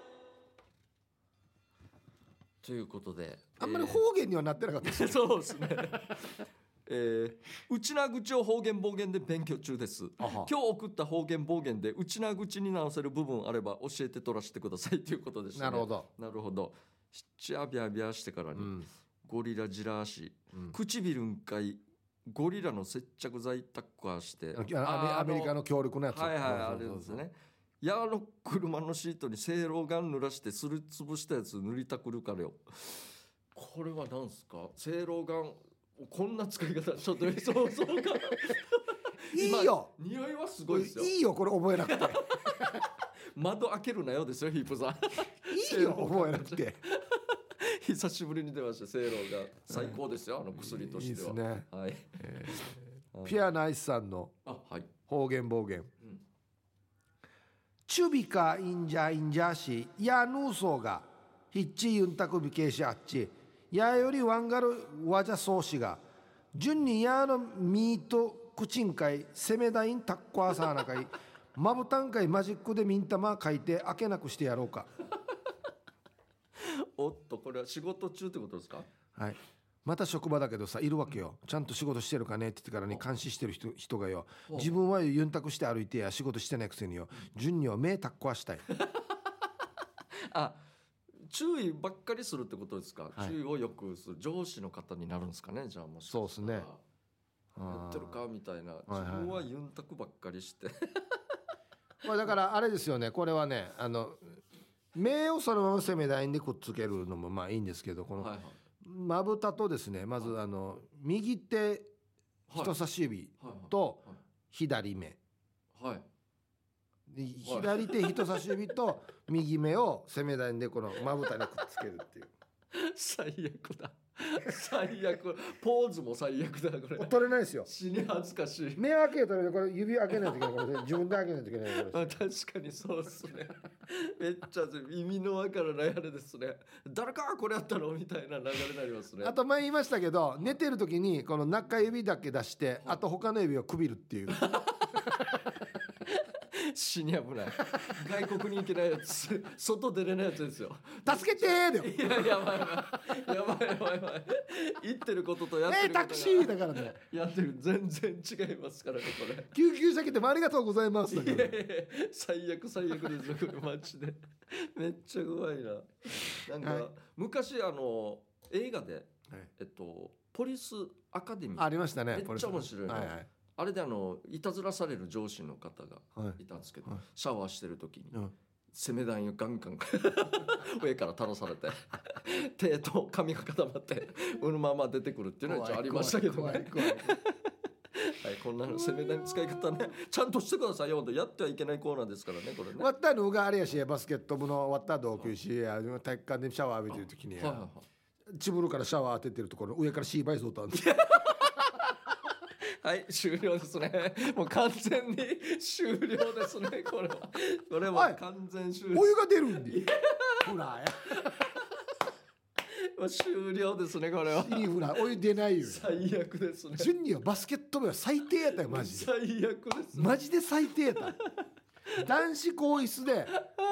[SPEAKER 1] ということで。
[SPEAKER 2] あんまり
[SPEAKER 1] えー
[SPEAKER 2] 方言にはなってなかったで す
[SPEAKER 1] そうですね。えー、うちな口を方言暴言で勉強中です
[SPEAKER 2] あは
[SPEAKER 1] 今日送った方言暴言でうちな口に直せる部分あれば教えて取らせてくださいということでした、ね、
[SPEAKER 2] なるほど
[SPEAKER 1] なるほどしっちゃびゃびゃしてからに、
[SPEAKER 2] うん
[SPEAKER 1] ゴリラじらーし、
[SPEAKER 2] うん
[SPEAKER 1] 唇んかいゴリラの接着剤タッカーして
[SPEAKER 2] あのアメアメリカの協力のやつ
[SPEAKER 1] はいはいあ
[SPEAKER 2] そ
[SPEAKER 1] れ
[SPEAKER 2] うそうそう
[SPEAKER 1] ですねいやあの車のシートに正露丸濡らしてすりつぶしたやつ塗りたくるからよこれはなんすか正露丸こんな使い方ちょっと そうそうか
[SPEAKER 2] いいよ
[SPEAKER 1] 今匂いはすごいですよ
[SPEAKER 2] いいよこれ覚えなくて
[SPEAKER 1] 窓開けるなよですよヒープさん
[SPEAKER 2] いいよ覚えなくて
[SPEAKER 1] 久しぶりに出ました正露丸最高ですよあの薬と
[SPEAKER 2] い
[SPEAKER 1] し
[SPEAKER 2] いで
[SPEAKER 1] ては
[SPEAKER 2] すね
[SPEAKER 1] はい
[SPEAKER 2] ピアナイスさんの
[SPEAKER 1] あはい
[SPEAKER 2] 方言暴言、
[SPEAKER 1] うん
[SPEAKER 2] チュビカインジャインジャーシヤヌーソーがヒッチユンタクビケーシあっちヤよりワンガルワジャソーシが順にヤのミートクチンカイセメダインタッコアサーナカイマブタンカイマジックでミンタマ書いて開けなくしてやろうか
[SPEAKER 1] おっとこれは仕事中ってことですか
[SPEAKER 2] はい、また職場だけどさいるわけよちゃんと仕事してるかねって言ってからね監視してる人人がよ自分はユンタクして歩いてや仕事してないくせによ順には目たっ壊したい
[SPEAKER 1] あ注意ばっかりするってことですか、
[SPEAKER 2] はい
[SPEAKER 1] 注意をよくする上司の方になるんですかねじゃあもしかしたら
[SPEAKER 2] そうっすね
[SPEAKER 1] やってるかみたいな
[SPEAKER 2] はいはい
[SPEAKER 1] 自分はユンタクばっかりして
[SPEAKER 2] まあだからあれですよねこれはねあの目をそのまま攻め台にでくっつけるのもまあいいんですけどこ
[SPEAKER 1] はいは
[SPEAKER 2] の
[SPEAKER 1] い
[SPEAKER 2] まぶたとですねまずあの右手人差し指
[SPEAKER 1] はい
[SPEAKER 2] と左目
[SPEAKER 1] はいはい
[SPEAKER 2] で左手人差し指と右目を攻め台にでこのまぶたにくっつけるっていう
[SPEAKER 1] 最悪だ最悪ポーズも最悪だこれ
[SPEAKER 2] 取れないですよ
[SPEAKER 1] 死に恥ずかしい
[SPEAKER 2] 目開けるためにこれ指開けないといけないこれ 自分で開けないといけないこ
[SPEAKER 1] あ
[SPEAKER 2] れ
[SPEAKER 1] 確かにそうっすねめっちゃ耳の輪からないあれですね誰かこれやったろみたいな流れになりますね
[SPEAKER 2] あと前言いましたけど寝てる時にこの中指だけ出してあと他の指をくびるっていう
[SPEAKER 1] 死に危ない外国に行けないやつ外出れないやつですよ
[SPEAKER 2] 「助けて!」で
[SPEAKER 1] いややばいやばいやばいやばいやばい言ってることとやって
[SPEAKER 2] え
[SPEAKER 1] るこ
[SPEAKER 2] ー
[SPEAKER 1] とが
[SPEAKER 2] タクシーだか らね
[SPEAKER 1] やってる全然違いますからねこれ
[SPEAKER 2] 救急車来てもありがとうございますだ
[SPEAKER 1] い
[SPEAKER 2] か
[SPEAKER 1] や
[SPEAKER 2] ら
[SPEAKER 1] いやいや最悪最悪ですよこれマジでめっちゃ怖いななんか、
[SPEAKER 2] はい
[SPEAKER 1] 昔あの映画で、
[SPEAKER 2] はい
[SPEAKER 1] えっと、ポリスアカデミー
[SPEAKER 2] ありましたね
[SPEAKER 1] めっちゃ面白いね
[SPEAKER 2] はいはい
[SPEAKER 1] あれであのいたずらされる上司の方が
[SPEAKER 2] はい
[SPEAKER 1] いたんですけど、
[SPEAKER 2] はい
[SPEAKER 1] シャワーしてる時に
[SPEAKER 2] うん
[SPEAKER 1] 攻め台をガンガン 上から垂らされ て手と髪が固まってこのまま出てくるっていうのは一応ありましたけどね、
[SPEAKER 2] 怖
[SPEAKER 1] はい
[SPEAKER 2] い、怖い怖い
[SPEAKER 1] こんなの攻め台の使い方ねちゃんとしてくださいよとやってはいけないコーナーですからねこれね。
[SPEAKER 2] 終わったのがあれやしバスケット部の終わった同級し体育館でシャワー浴びてる時に
[SPEAKER 1] はいはいはい
[SPEAKER 2] 自分からシャワー当ててるところ上からシーバイスをったんです
[SPEAKER 1] はい、終了ですね。もう完全に終了です ね、これは。これ
[SPEAKER 2] は
[SPEAKER 1] はい完全終了。
[SPEAKER 2] お湯が出るんでフラや
[SPEAKER 1] もう終了ですね、これは。
[SPEAKER 2] いいフラお湯出ない よ
[SPEAKER 1] 最悪ですね。
[SPEAKER 2] 順にはバスケット部は最低やったよマジで
[SPEAKER 1] 最悪ですね。
[SPEAKER 2] マジで最低やった男子更衣室で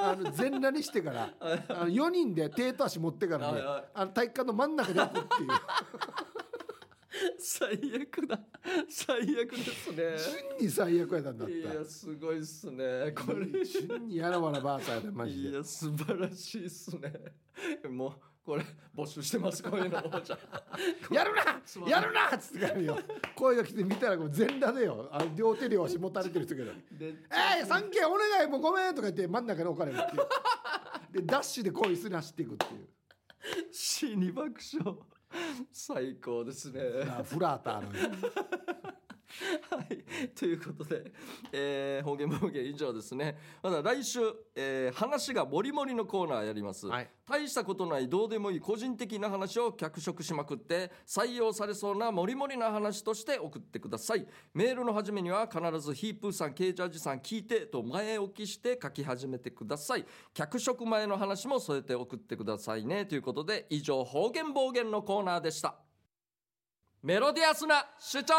[SPEAKER 2] あの全裸にして からあの4人で手と足持ってからね
[SPEAKER 1] はいはい
[SPEAKER 2] あの体育館の真ん中で置くっていう
[SPEAKER 1] 最悪だ。最悪です ね。
[SPEAKER 2] 順に最悪やったんだっ
[SPEAKER 1] いや、すごいですね。こ
[SPEAKER 2] た
[SPEAKER 1] れ。
[SPEAKER 2] 順にやらわらばあさんやったマジ
[SPEAKER 1] い
[SPEAKER 2] で
[SPEAKER 1] や、素晴らしいですね。もう、これ、募集してます、こういうの。もうじゃ あ
[SPEAKER 2] やるなやるなっつってからよ声が来て見たらこう全裸でよあの両手両足持たれてる 人けど
[SPEAKER 1] で
[SPEAKER 2] 「えい三軒お願いもうごめん」とか言って真ん中に置かれるっていうでダッシュで恋すり走っていく っていう
[SPEAKER 1] 死に爆笑。最高ですね。
[SPEAKER 2] あフラーターのね
[SPEAKER 1] はい、 ということで、えー方言暴言以上ですねまだ来週、えー話がもりもりのコーナーやります、
[SPEAKER 2] はい
[SPEAKER 1] 大したことないどうでもいい個人的な話を脚色しまくって採用されそうなもりもりな話として送ってくださいメールの始めには必ずヒープーさんケイジャージさん聞いてと前置きして書き始めてください脚色前の話も添えて送ってくださいねということで以上方言暴言のコーナーでしたメロディアスな主張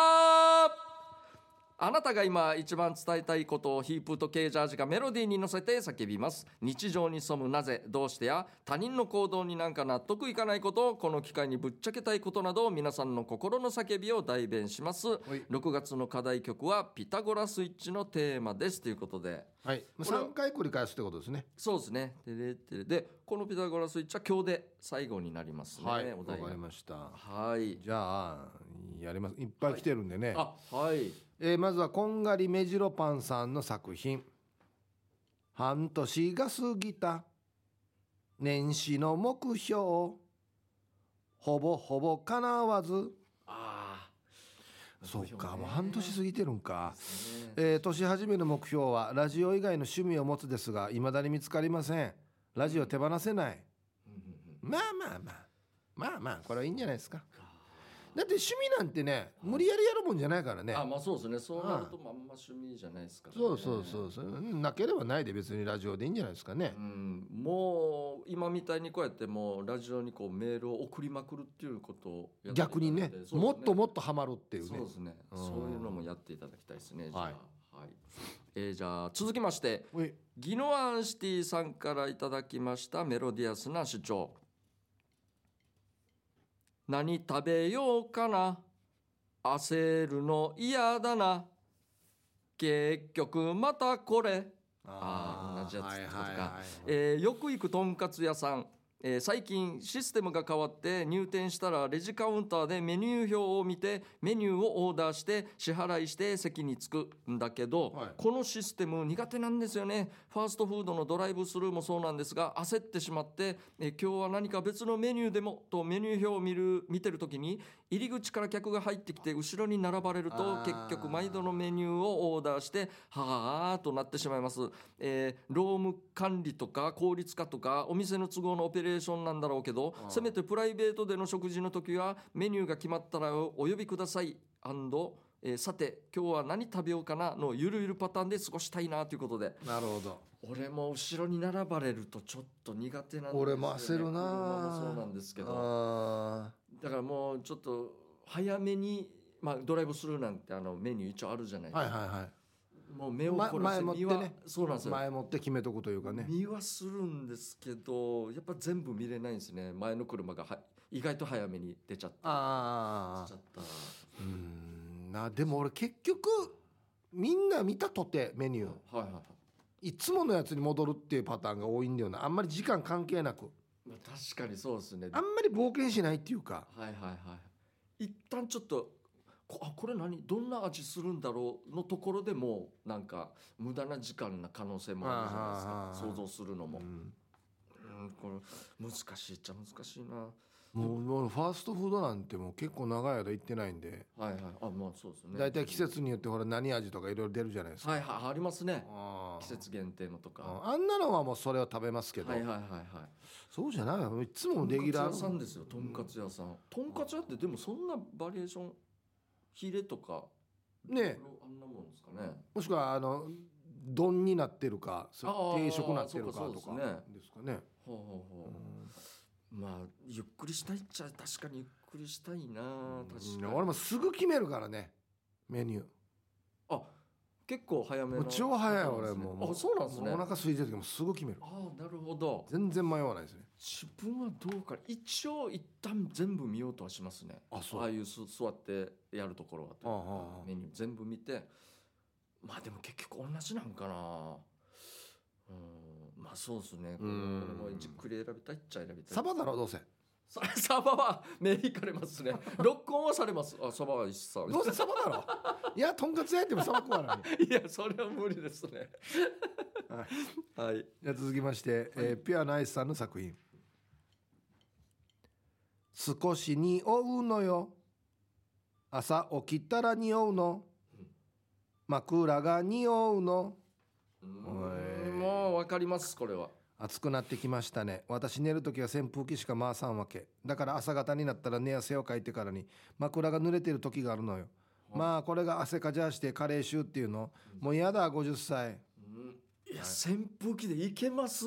[SPEAKER 1] あなたが今一番伝えたいことをヒープとケージャージがメロディーに乗せて叫びます日常に潜むなぜどうしてや他人の行動になんか納得いかないことこの機会にぶっちゃけたいことなど皆さんの心の叫びを代弁します
[SPEAKER 2] い
[SPEAKER 1] 6月の課題曲は「ピタゴラスイッチ」のテーマですということで
[SPEAKER 2] はいまあ3回繰り返すってことですね
[SPEAKER 1] そうですねででででこの「ピタゴラスイッチ」は今日で最後になりますね、
[SPEAKER 2] はい
[SPEAKER 1] お
[SPEAKER 2] わか
[SPEAKER 1] 題が
[SPEAKER 2] りました
[SPEAKER 1] はい
[SPEAKER 2] じゃあやりますいっぱい来てるんでね、
[SPEAKER 1] あはい
[SPEAKER 2] えーまずはこんがりめじろパンさんの作品「半年が過ぎた年始の目標ほぼほぼ叶わず
[SPEAKER 1] あ」
[SPEAKER 2] そうかも
[SPEAKER 1] 半
[SPEAKER 2] う半
[SPEAKER 1] 年
[SPEAKER 2] 年過ぎてるんか、
[SPEAKER 1] ね
[SPEAKER 2] えー年始めの目標はラジオ以外の趣味を持つですがいまだに見つかりませんラジオ手放せない
[SPEAKER 1] うんうんうん
[SPEAKER 2] まあまあまあまあまあこれはいいんじゃないですかだって趣味なんてね無理やりやるもんじゃないからね
[SPEAKER 1] あまあそうですねそうなるとまあんま趣味じゃないですから、ね、
[SPEAKER 2] そうそうそうそううんなければないで別にラジオでいいんじゃないですかね
[SPEAKER 1] うん、もう今みたいにこうやってもうラジオにこうメールを送りまくるっていうことをやっていただいて
[SPEAKER 2] 逆にね
[SPEAKER 1] そうです
[SPEAKER 2] もっともっとハマるっていう
[SPEAKER 1] そう
[SPEAKER 2] ね
[SPEAKER 1] ですね、
[SPEAKER 2] うん
[SPEAKER 1] そういうのもやっていただきたいですねじゃあ、は
[SPEAKER 2] はいい
[SPEAKER 1] えーじゃあ続きまして
[SPEAKER 2] おい
[SPEAKER 1] ギノアンシティさんからいただきましたメロディアスな主張何食べようかな焦るの嫌だな結局またこれあー同じやつってことか
[SPEAKER 2] はいはいはい
[SPEAKER 1] えーよく行くとんかつ屋さんえー最近システムが変わって入店したらレジカウンターでメニュー表を見てメニューをオーダーして支払いして席に着くんだけど、
[SPEAKER 2] はい
[SPEAKER 1] このシステム苦手なんですよねファーストフードのドライブスルーもそうなんですが焦ってしまって、えー今日は何か別のメニューでもとメニュー表を見る見てる時に入り口から客が入ってきて後ろに並ばれると
[SPEAKER 2] あー
[SPEAKER 1] 結局毎度のメニューをオーダーしてはあとなってしまいます、えー労務管理とか効率化とかお店の都合のオペレーションなんだろうけど
[SPEAKER 2] あー
[SPEAKER 1] せめてプライベートでの食事の時はメニューが決まったらお呼びください and えーさて今日は何食べようかなのゆるゆるパターンで過ごしたいなということで
[SPEAKER 2] なるほど
[SPEAKER 1] 俺も後ろに並ばれるとちょっと苦手なんですよ、ね、
[SPEAKER 2] 俺も焦るな
[SPEAKER 1] 車もそうなんですけど
[SPEAKER 2] あ
[SPEAKER 1] だからもうちょっと早めに、まあ、ドライブスルーなんてあのメニュー一応あるじゃない
[SPEAKER 2] ーはいはいはい
[SPEAKER 1] もう目を
[SPEAKER 2] ま
[SPEAKER 1] 凝ら
[SPEAKER 2] 前
[SPEAKER 1] せ
[SPEAKER 2] もって
[SPEAKER 1] 見
[SPEAKER 2] ね
[SPEAKER 1] は、そうなんですよ
[SPEAKER 2] 前もって決めとくというかね
[SPEAKER 1] 見はするんですけどやっぱ全部見れないんですね前の車がは意外と早めに出ちゃった
[SPEAKER 2] あ
[SPEAKER 1] 出ち
[SPEAKER 2] あ
[SPEAKER 1] ゃった
[SPEAKER 2] うーんなでも俺結局みんな見たとてメニュー
[SPEAKER 1] はいはいはい
[SPEAKER 2] つものやつに戻るっていうパターンが多いんだよなあんまり時間関係なく
[SPEAKER 1] い、まあ、確かにそうですね
[SPEAKER 2] あんまり冒険しないっていうか
[SPEAKER 1] はいはいはい一旦ちょっとこあこれ何どんな味するんだろうのところでもうなんか無駄な時間な可能性もあるじゃないです
[SPEAKER 2] あー
[SPEAKER 1] か
[SPEAKER 2] はーはー
[SPEAKER 1] 想像するのも、
[SPEAKER 2] う
[SPEAKER 1] う
[SPEAKER 2] ん
[SPEAKER 1] ん、これ難しいっちゃ難しいな
[SPEAKER 2] もうもうファーストフードなんてもう結構長い間行ってないんで
[SPEAKER 1] はいはいあまあそうですね
[SPEAKER 2] 大体季節によってほら何味とかいろいろ出るじゃないですか
[SPEAKER 1] はいはいありますね
[SPEAKER 2] あー
[SPEAKER 1] 季節限定のとかは
[SPEAKER 2] あんなのはもうそれを食べますけ
[SPEAKER 1] い
[SPEAKER 2] ど
[SPEAKER 1] はいはいはい
[SPEAKER 2] そうじゃないよいつもレギュ
[SPEAKER 1] とんか
[SPEAKER 2] ラ
[SPEAKER 1] つ屋さんです
[SPEAKER 2] ー
[SPEAKER 1] よとんかつ屋さんとんかつ屋ってでもそんなバリエーションヒレとか
[SPEAKER 2] ねえ
[SPEAKER 1] あんなもんですかね
[SPEAKER 2] もしくはあの丼になってるかそ
[SPEAKER 1] あー
[SPEAKER 2] 定食になってるか
[SPEAKER 1] そう
[SPEAKER 2] と
[SPEAKER 1] かそ
[SPEAKER 2] か
[SPEAKER 1] うですね
[SPEAKER 2] ですかね
[SPEAKER 1] ほうほうほうまあゆっくりしたいっちゃ確かにゆっくりしたいな確
[SPEAKER 2] う
[SPEAKER 1] か
[SPEAKER 2] ん
[SPEAKER 1] に
[SPEAKER 2] 俺もすぐ決めるからねメニュー
[SPEAKER 1] あ結構早めの
[SPEAKER 2] もう超早い俺もう
[SPEAKER 1] あそうなんですね
[SPEAKER 2] もうお腹空いてる時もすぐ決める
[SPEAKER 1] ああなるほど
[SPEAKER 2] 全然迷わないですね
[SPEAKER 1] 自分はどうか一応一旦全部見ようとはしますね
[SPEAKER 2] あそう
[SPEAKER 1] ああいうす座ってやるところはというか
[SPEAKER 2] ああああ
[SPEAKER 1] メニュー全部見てまあでも結局同じなんかなうんまあそうですねこれ
[SPEAKER 2] うん
[SPEAKER 1] これもじっくり選びたいっちゃ選びたい
[SPEAKER 2] サバだろどうせ
[SPEAKER 1] さサバは目いかれます ね録音はされますあサバは一切
[SPEAKER 2] どうせサバだ ろいやとんかつ焼いてもサバ食わない
[SPEAKER 1] いやそれは無理ですね
[SPEAKER 2] は
[SPEAKER 1] はい
[SPEAKER 2] じゃあ続きまして、えーピュアナイスさんの作品「少し匂うのよ朝起きたら匂うの枕が匂うの
[SPEAKER 1] う
[SPEAKER 2] おい
[SPEAKER 1] んもうわかりますこれは
[SPEAKER 2] 暑くなってきましたね私寝る時は扇風機しか回さんわけだから朝方になったら寝汗をかいてからに枕が濡れてる時があるのよまあこれが汗かじゃあして加齢臭っていうのもう嫌だ50歳
[SPEAKER 1] うんいや扇風機でいけます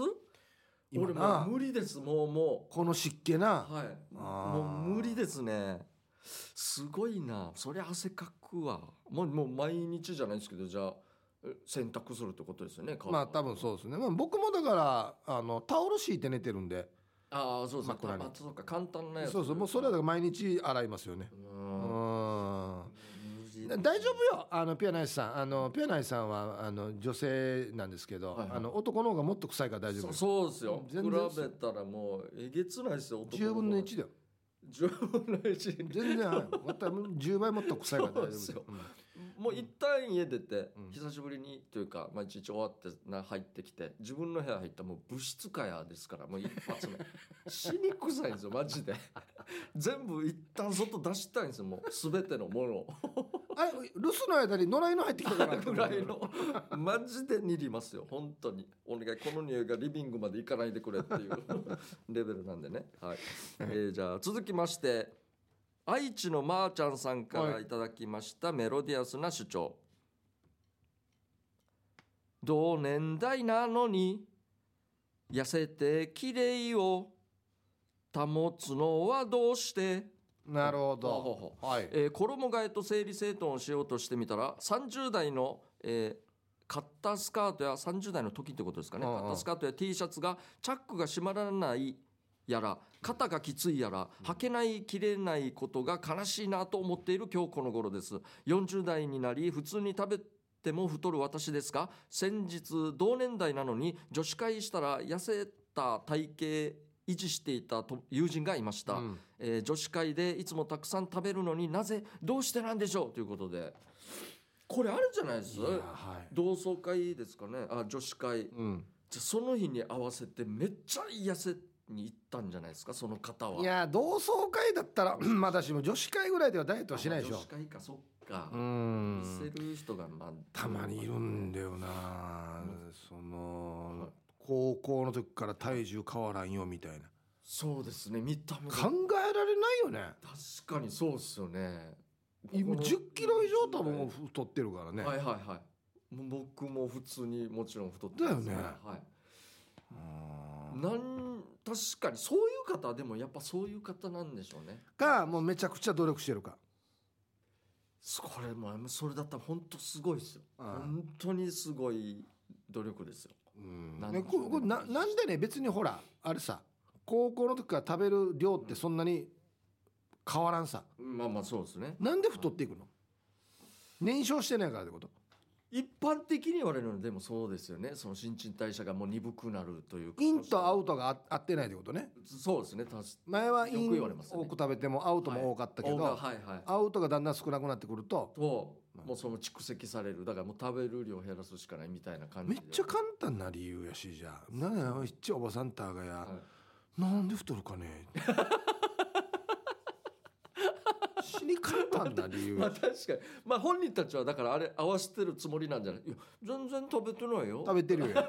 [SPEAKER 2] 今
[SPEAKER 1] 俺も
[SPEAKER 2] な
[SPEAKER 1] う無理ですもうも
[SPEAKER 2] この湿気な
[SPEAKER 1] うはい
[SPEAKER 2] あー
[SPEAKER 1] もう無理ですねすごいなそりゃ汗かくわもうもう毎日じゃないですけどじゃあえ洗濯するってことですよね
[SPEAKER 2] まあ多分そうですね、まあ、僕もだからあのタオル敷いて寝てるんで
[SPEAKER 1] ああそうですね
[SPEAKER 2] 枕に
[SPEAKER 1] あそうか簡単なやつ
[SPEAKER 2] そうそうもうそれはだから毎日洗いますよね
[SPEAKER 1] う
[SPEAKER 2] うん
[SPEAKER 1] ん無理
[SPEAKER 2] 大丈夫よあのピアナイスさんあのピアナイスさんはあの女性なんですけど、
[SPEAKER 1] はいはい
[SPEAKER 2] あの男の方がもっと臭いから大丈夫
[SPEAKER 1] そそう
[SPEAKER 2] よ
[SPEAKER 1] ですよ比べ
[SPEAKER 2] 全然です
[SPEAKER 1] たらもうえげつないですよ男
[SPEAKER 2] 10分の
[SPEAKER 1] 方
[SPEAKER 2] 1だよ
[SPEAKER 1] 10分の1
[SPEAKER 2] 全然あるまた10倍もっと臭いから大丈夫です
[SPEAKER 1] そう
[SPEAKER 2] よ
[SPEAKER 1] でもう一旦家出て、
[SPEAKER 2] うん
[SPEAKER 1] 久しぶりにというか、まあ、一日終わってな入ってきて自分の部屋入ったらもう物質かやですからもう一発 目死に臭いんですよマジで全部一旦外出したいんですよもう全てのものを
[SPEAKER 2] うんあれ留守の間に野良犬入ってきた から
[SPEAKER 1] ぐらいのマジでにりますよ本当にお願いこの匂いがリビングまで行かないでくれって いうレベルなんでね、はいえーじゃあ続きまして愛知のまーちゃんさんから
[SPEAKER 2] はい
[SPEAKER 1] いただきましたメロディアスな主張、同年代なのに痩せて綺麗を保つのはどうして
[SPEAKER 2] なるほ
[SPEAKER 1] ほう
[SPEAKER 2] ど
[SPEAKER 1] ほうほ
[SPEAKER 2] はい
[SPEAKER 1] えー衣替えと整理整頓をしようとしてみたら30代の、えー買ったスカートや30代の時ってことですかね、
[SPEAKER 2] うんうん
[SPEAKER 1] 買ったスカートや T シャツがチャックが閉まらないやら肩がきついやら履けない着れないことが悲しいなと思っている今日この頃です40代になり普通に食べても太る私ですが先日同年代なのに女子会したら痩せた体型維持していたと友人がいました、
[SPEAKER 2] うん
[SPEAKER 1] えー女子会でいつもたくさん食べるのになぜどうしてなんでしょうということでこれあるんじゃないです
[SPEAKER 2] いやはい
[SPEAKER 1] 同窓会ですかねあ女子会
[SPEAKER 2] うん、
[SPEAKER 1] じゃあその日に合わせてめっちゃ痩せに行ったんじゃないですかその方はい
[SPEAKER 2] や同窓会だったらまだしも女子会ぐらいではダイエットはしないでし
[SPEAKER 1] あまあ
[SPEAKER 2] ょ
[SPEAKER 1] 女子会かそっか、
[SPEAKER 2] う
[SPEAKER 1] 痩
[SPEAKER 2] ん
[SPEAKER 1] せる人がまあ
[SPEAKER 2] たまにいるんだよなその高校の時から体重変わらんよみたいな
[SPEAKER 1] そうですね見た目が
[SPEAKER 2] 考えられないよね
[SPEAKER 1] 確かにそうっすよねこ
[SPEAKER 2] 今
[SPEAKER 1] の
[SPEAKER 2] 10キロ以上多分太ってるからね、
[SPEAKER 1] はいはいはいもう僕も普通にもちろん太って
[SPEAKER 2] だよね
[SPEAKER 1] はい、
[SPEAKER 2] うん
[SPEAKER 1] なん確かにそういう方はでもやっぱそういう方なんでしょうね
[SPEAKER 2] かもうめちゃくちゃ努力してるか
[SPEAKER 1] すこれもうそれだったら本当すごいですよ
[SPEAKER 2] うん
[SPEAKER 1] 本当にすごい努力ですよ
[SPEAKER 2] うん
[SPEAKER 1] なん
[SPEAKER 2] ね
[SPEAKER 1] で
[SPEAKER 2] ここななんでね別にほらあれさ高校の時から食べる量ってそんなに変わらんさ
[SPEAKER 1] まあまあそうですね
[SPEAKER 2] なんで太っていくの燃焼してないからってこと
[SPEAKER 1] 一般的に言われるのでもそうですよねその新陳代謝がもう鈍くなるというか
[SPEAKER 2] インとアウトがあ合ってないってことね
[SPEAKER 1] そうですね確か
[SPEAKER 2] 前はイ
[SPEAKER 1] よ
[SPEAKER 2] ン
[SPEAKER 1] く言われますよね
[SPEAKER 2] 多く食べてもアウトも多かったけど、
[SPEAKER 1] はいはい
[SPEAKER 2] アウトがだんだん少なくなってくると
[SPEAKER 1] ともうその蓄積されるだからもう食べる量減らすしかないみたいな感じ
[SPEAKER 2] めっ
[SPEAKER 1] で
[SPEAKER 2] ちゃ簡単な理由やしじゃあなんやいっちゃおばさんたがや、
[SPEAKER 1] はい
[SPEAKER 2] なんで太るかね死に簡単な理 由
[SPEAKER 1] まあ確かにまあ本人たちはだからあれ合わせてるつもりなんじゃないいや全然食べてないよ
[SPEAKER 2] 食べてるよいや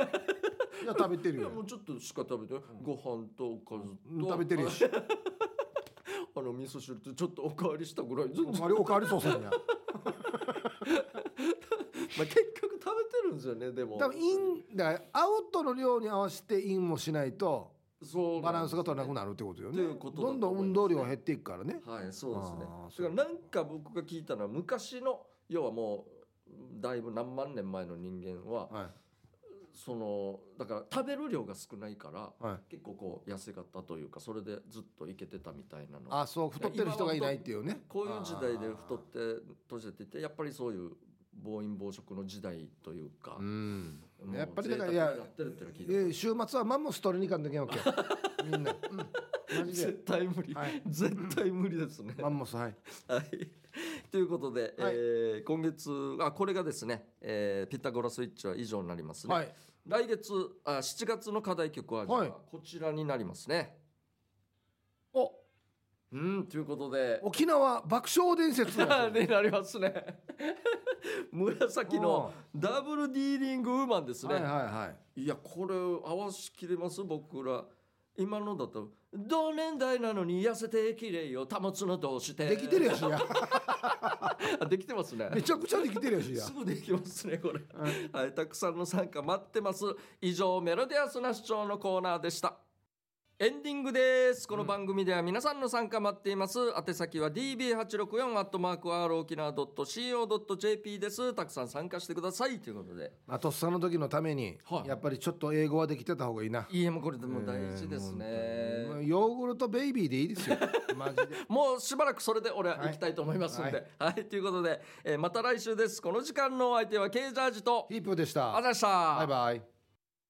[SPEAKER 2] 食べてる
[SPEAKER 1] いや
[SPEAKER 2] よ
[SPEAKER 1] もうちょっとしか食べてない、ご飯とおか
[SPEAKER 2] う
[SPEAKER 1] ず
[SPEAKER 2] ん
[SPEAKER 1] と
[SPEAKER 2] 食べてる よし
[SPEAKER 1] あの味噌汁とちょっとおかわりしたぐら い全然、ま
[SPEAKER 2] あれおかわりそうさんや
[SPEAKER 1] あ、結局食べてるんですよねでも
[SPEAKER 2] 多分インだからアウトの量に合わせてインもしないと
[SPEAKER 1] そう
[SPEAKER 2] バランスが取れなく
[SPEAKER 1] な
[SPEAKER 2] なるってことよ
[SPEAKER 1] と
[SPEAKER 2] ね
[SPEAKER 1] いうことだと
[SPEAKER 2] ど
[SPEAKER 1] 思い
[SPEAKER 2] ん
[SPEAKER 1] ます
[SPEAKER 2] どん運動量減っていくからね
[SPEAKER 1] るはいそうですね
[SPEAKER 2] あー
[SPEAKER 1] だからなんか僕が聞いたのは昔の要はもうだいぶ何万年前の人間は、
[SPEAKER 2] は
[SPEAKER 1] そのだから食べる量が少ないから
[SPEAKER 2] いはい
[SPEAKER 1] 結構こう痩せ方というかそれでずっといけてたみたいなの
[SPEAKER 2] あそう太ってる人がいないっていうね
[SPEAKER 1] こういう時代で太って閉じててやっぱりそういう暴飲暴食の時代というか
[SPEAKER 2] う、ん
[SPEAKER 1] もう
[SPEAKER 2] やっぱりだから
[SPEAKER 1] 贅沢
[SPEAKER 2] い
[SPEAKER 1] に
[SPEAKER 2] や
[SPEAKER 1] なってるっていうのは聞いた
[SPEAKER 2] えー週末はマンモス取りに行かんといけんわけよみんな、うん、マ ジで
[SPEAKER 1] 絶対無理、
[SPEAKER 2] はい
[SPEAKER 1] 絶対無理ですね。
[SPEAKER 2] マンモスはい
[SPEAKER 1] はい、 ということで、
[SPEAKER 2] はい
[SPEAKER 1] えー今月あこれがですね、えーピタゴラスイッチは以上になりますね。
[SPEAKER 2] はい
[SPEAKER 1] 来月あ7月の課題曲はじゃあ
[SPEAKER 2] はい
[SPEAKER 1] こちらになりますね。
[SPEAKER 2] お
[SPEAKER 1] うんということで
[SPEAKER 2] 沖縄爆笑伝説
[SPEAKER 1] になります ね。紫のダブルディーリングウーマンですね。
[SPEAKER 2] はいはいはい
[SPEAKER 1] いやこれ合わしきれます僕ら今のだと同年代なのに痩せてきれいよ保つのどうして
[SPEAKER 2] できてるやしや
[SPEAKER 1] あ できてますね
[SPEAKER 2] めちゃくちゃできてるや しや
[SPEAKER 1] すぐできますねこれ、はい、たくさんの参加待ってます以上メロディアスな主張のコーナーでしたエンディングです。この番組では皆さんの参加待っています。宛先は db864 アットマーク r 沖縄 .co.jp です。たくさん参加してくださいということで。
[SPEAKER 2] まあとっさの時のために、
[SPEAKER 1] はい
[SPEAKER 2] やっぱりちょっと英語はできてた方がいいない
[SPEAKER 1] いえ、もうこれでも大事ですね。
[SPEAKER 2] えーもうヨーグルトベイビーでいいで すよマジで
[SPEAKER 1] もうしばらくそれで俺は行きたいと思いますんで。はい、ということで、えーまた来週です。この時間のお相手は K ジャージと、
[SPEAKER 2] ヒープーでし
[SPEAKER 1] あ
[SPEAKER 2] た
[SPEAKER 1] ざでした。
[SPEAKER 2] バイバイ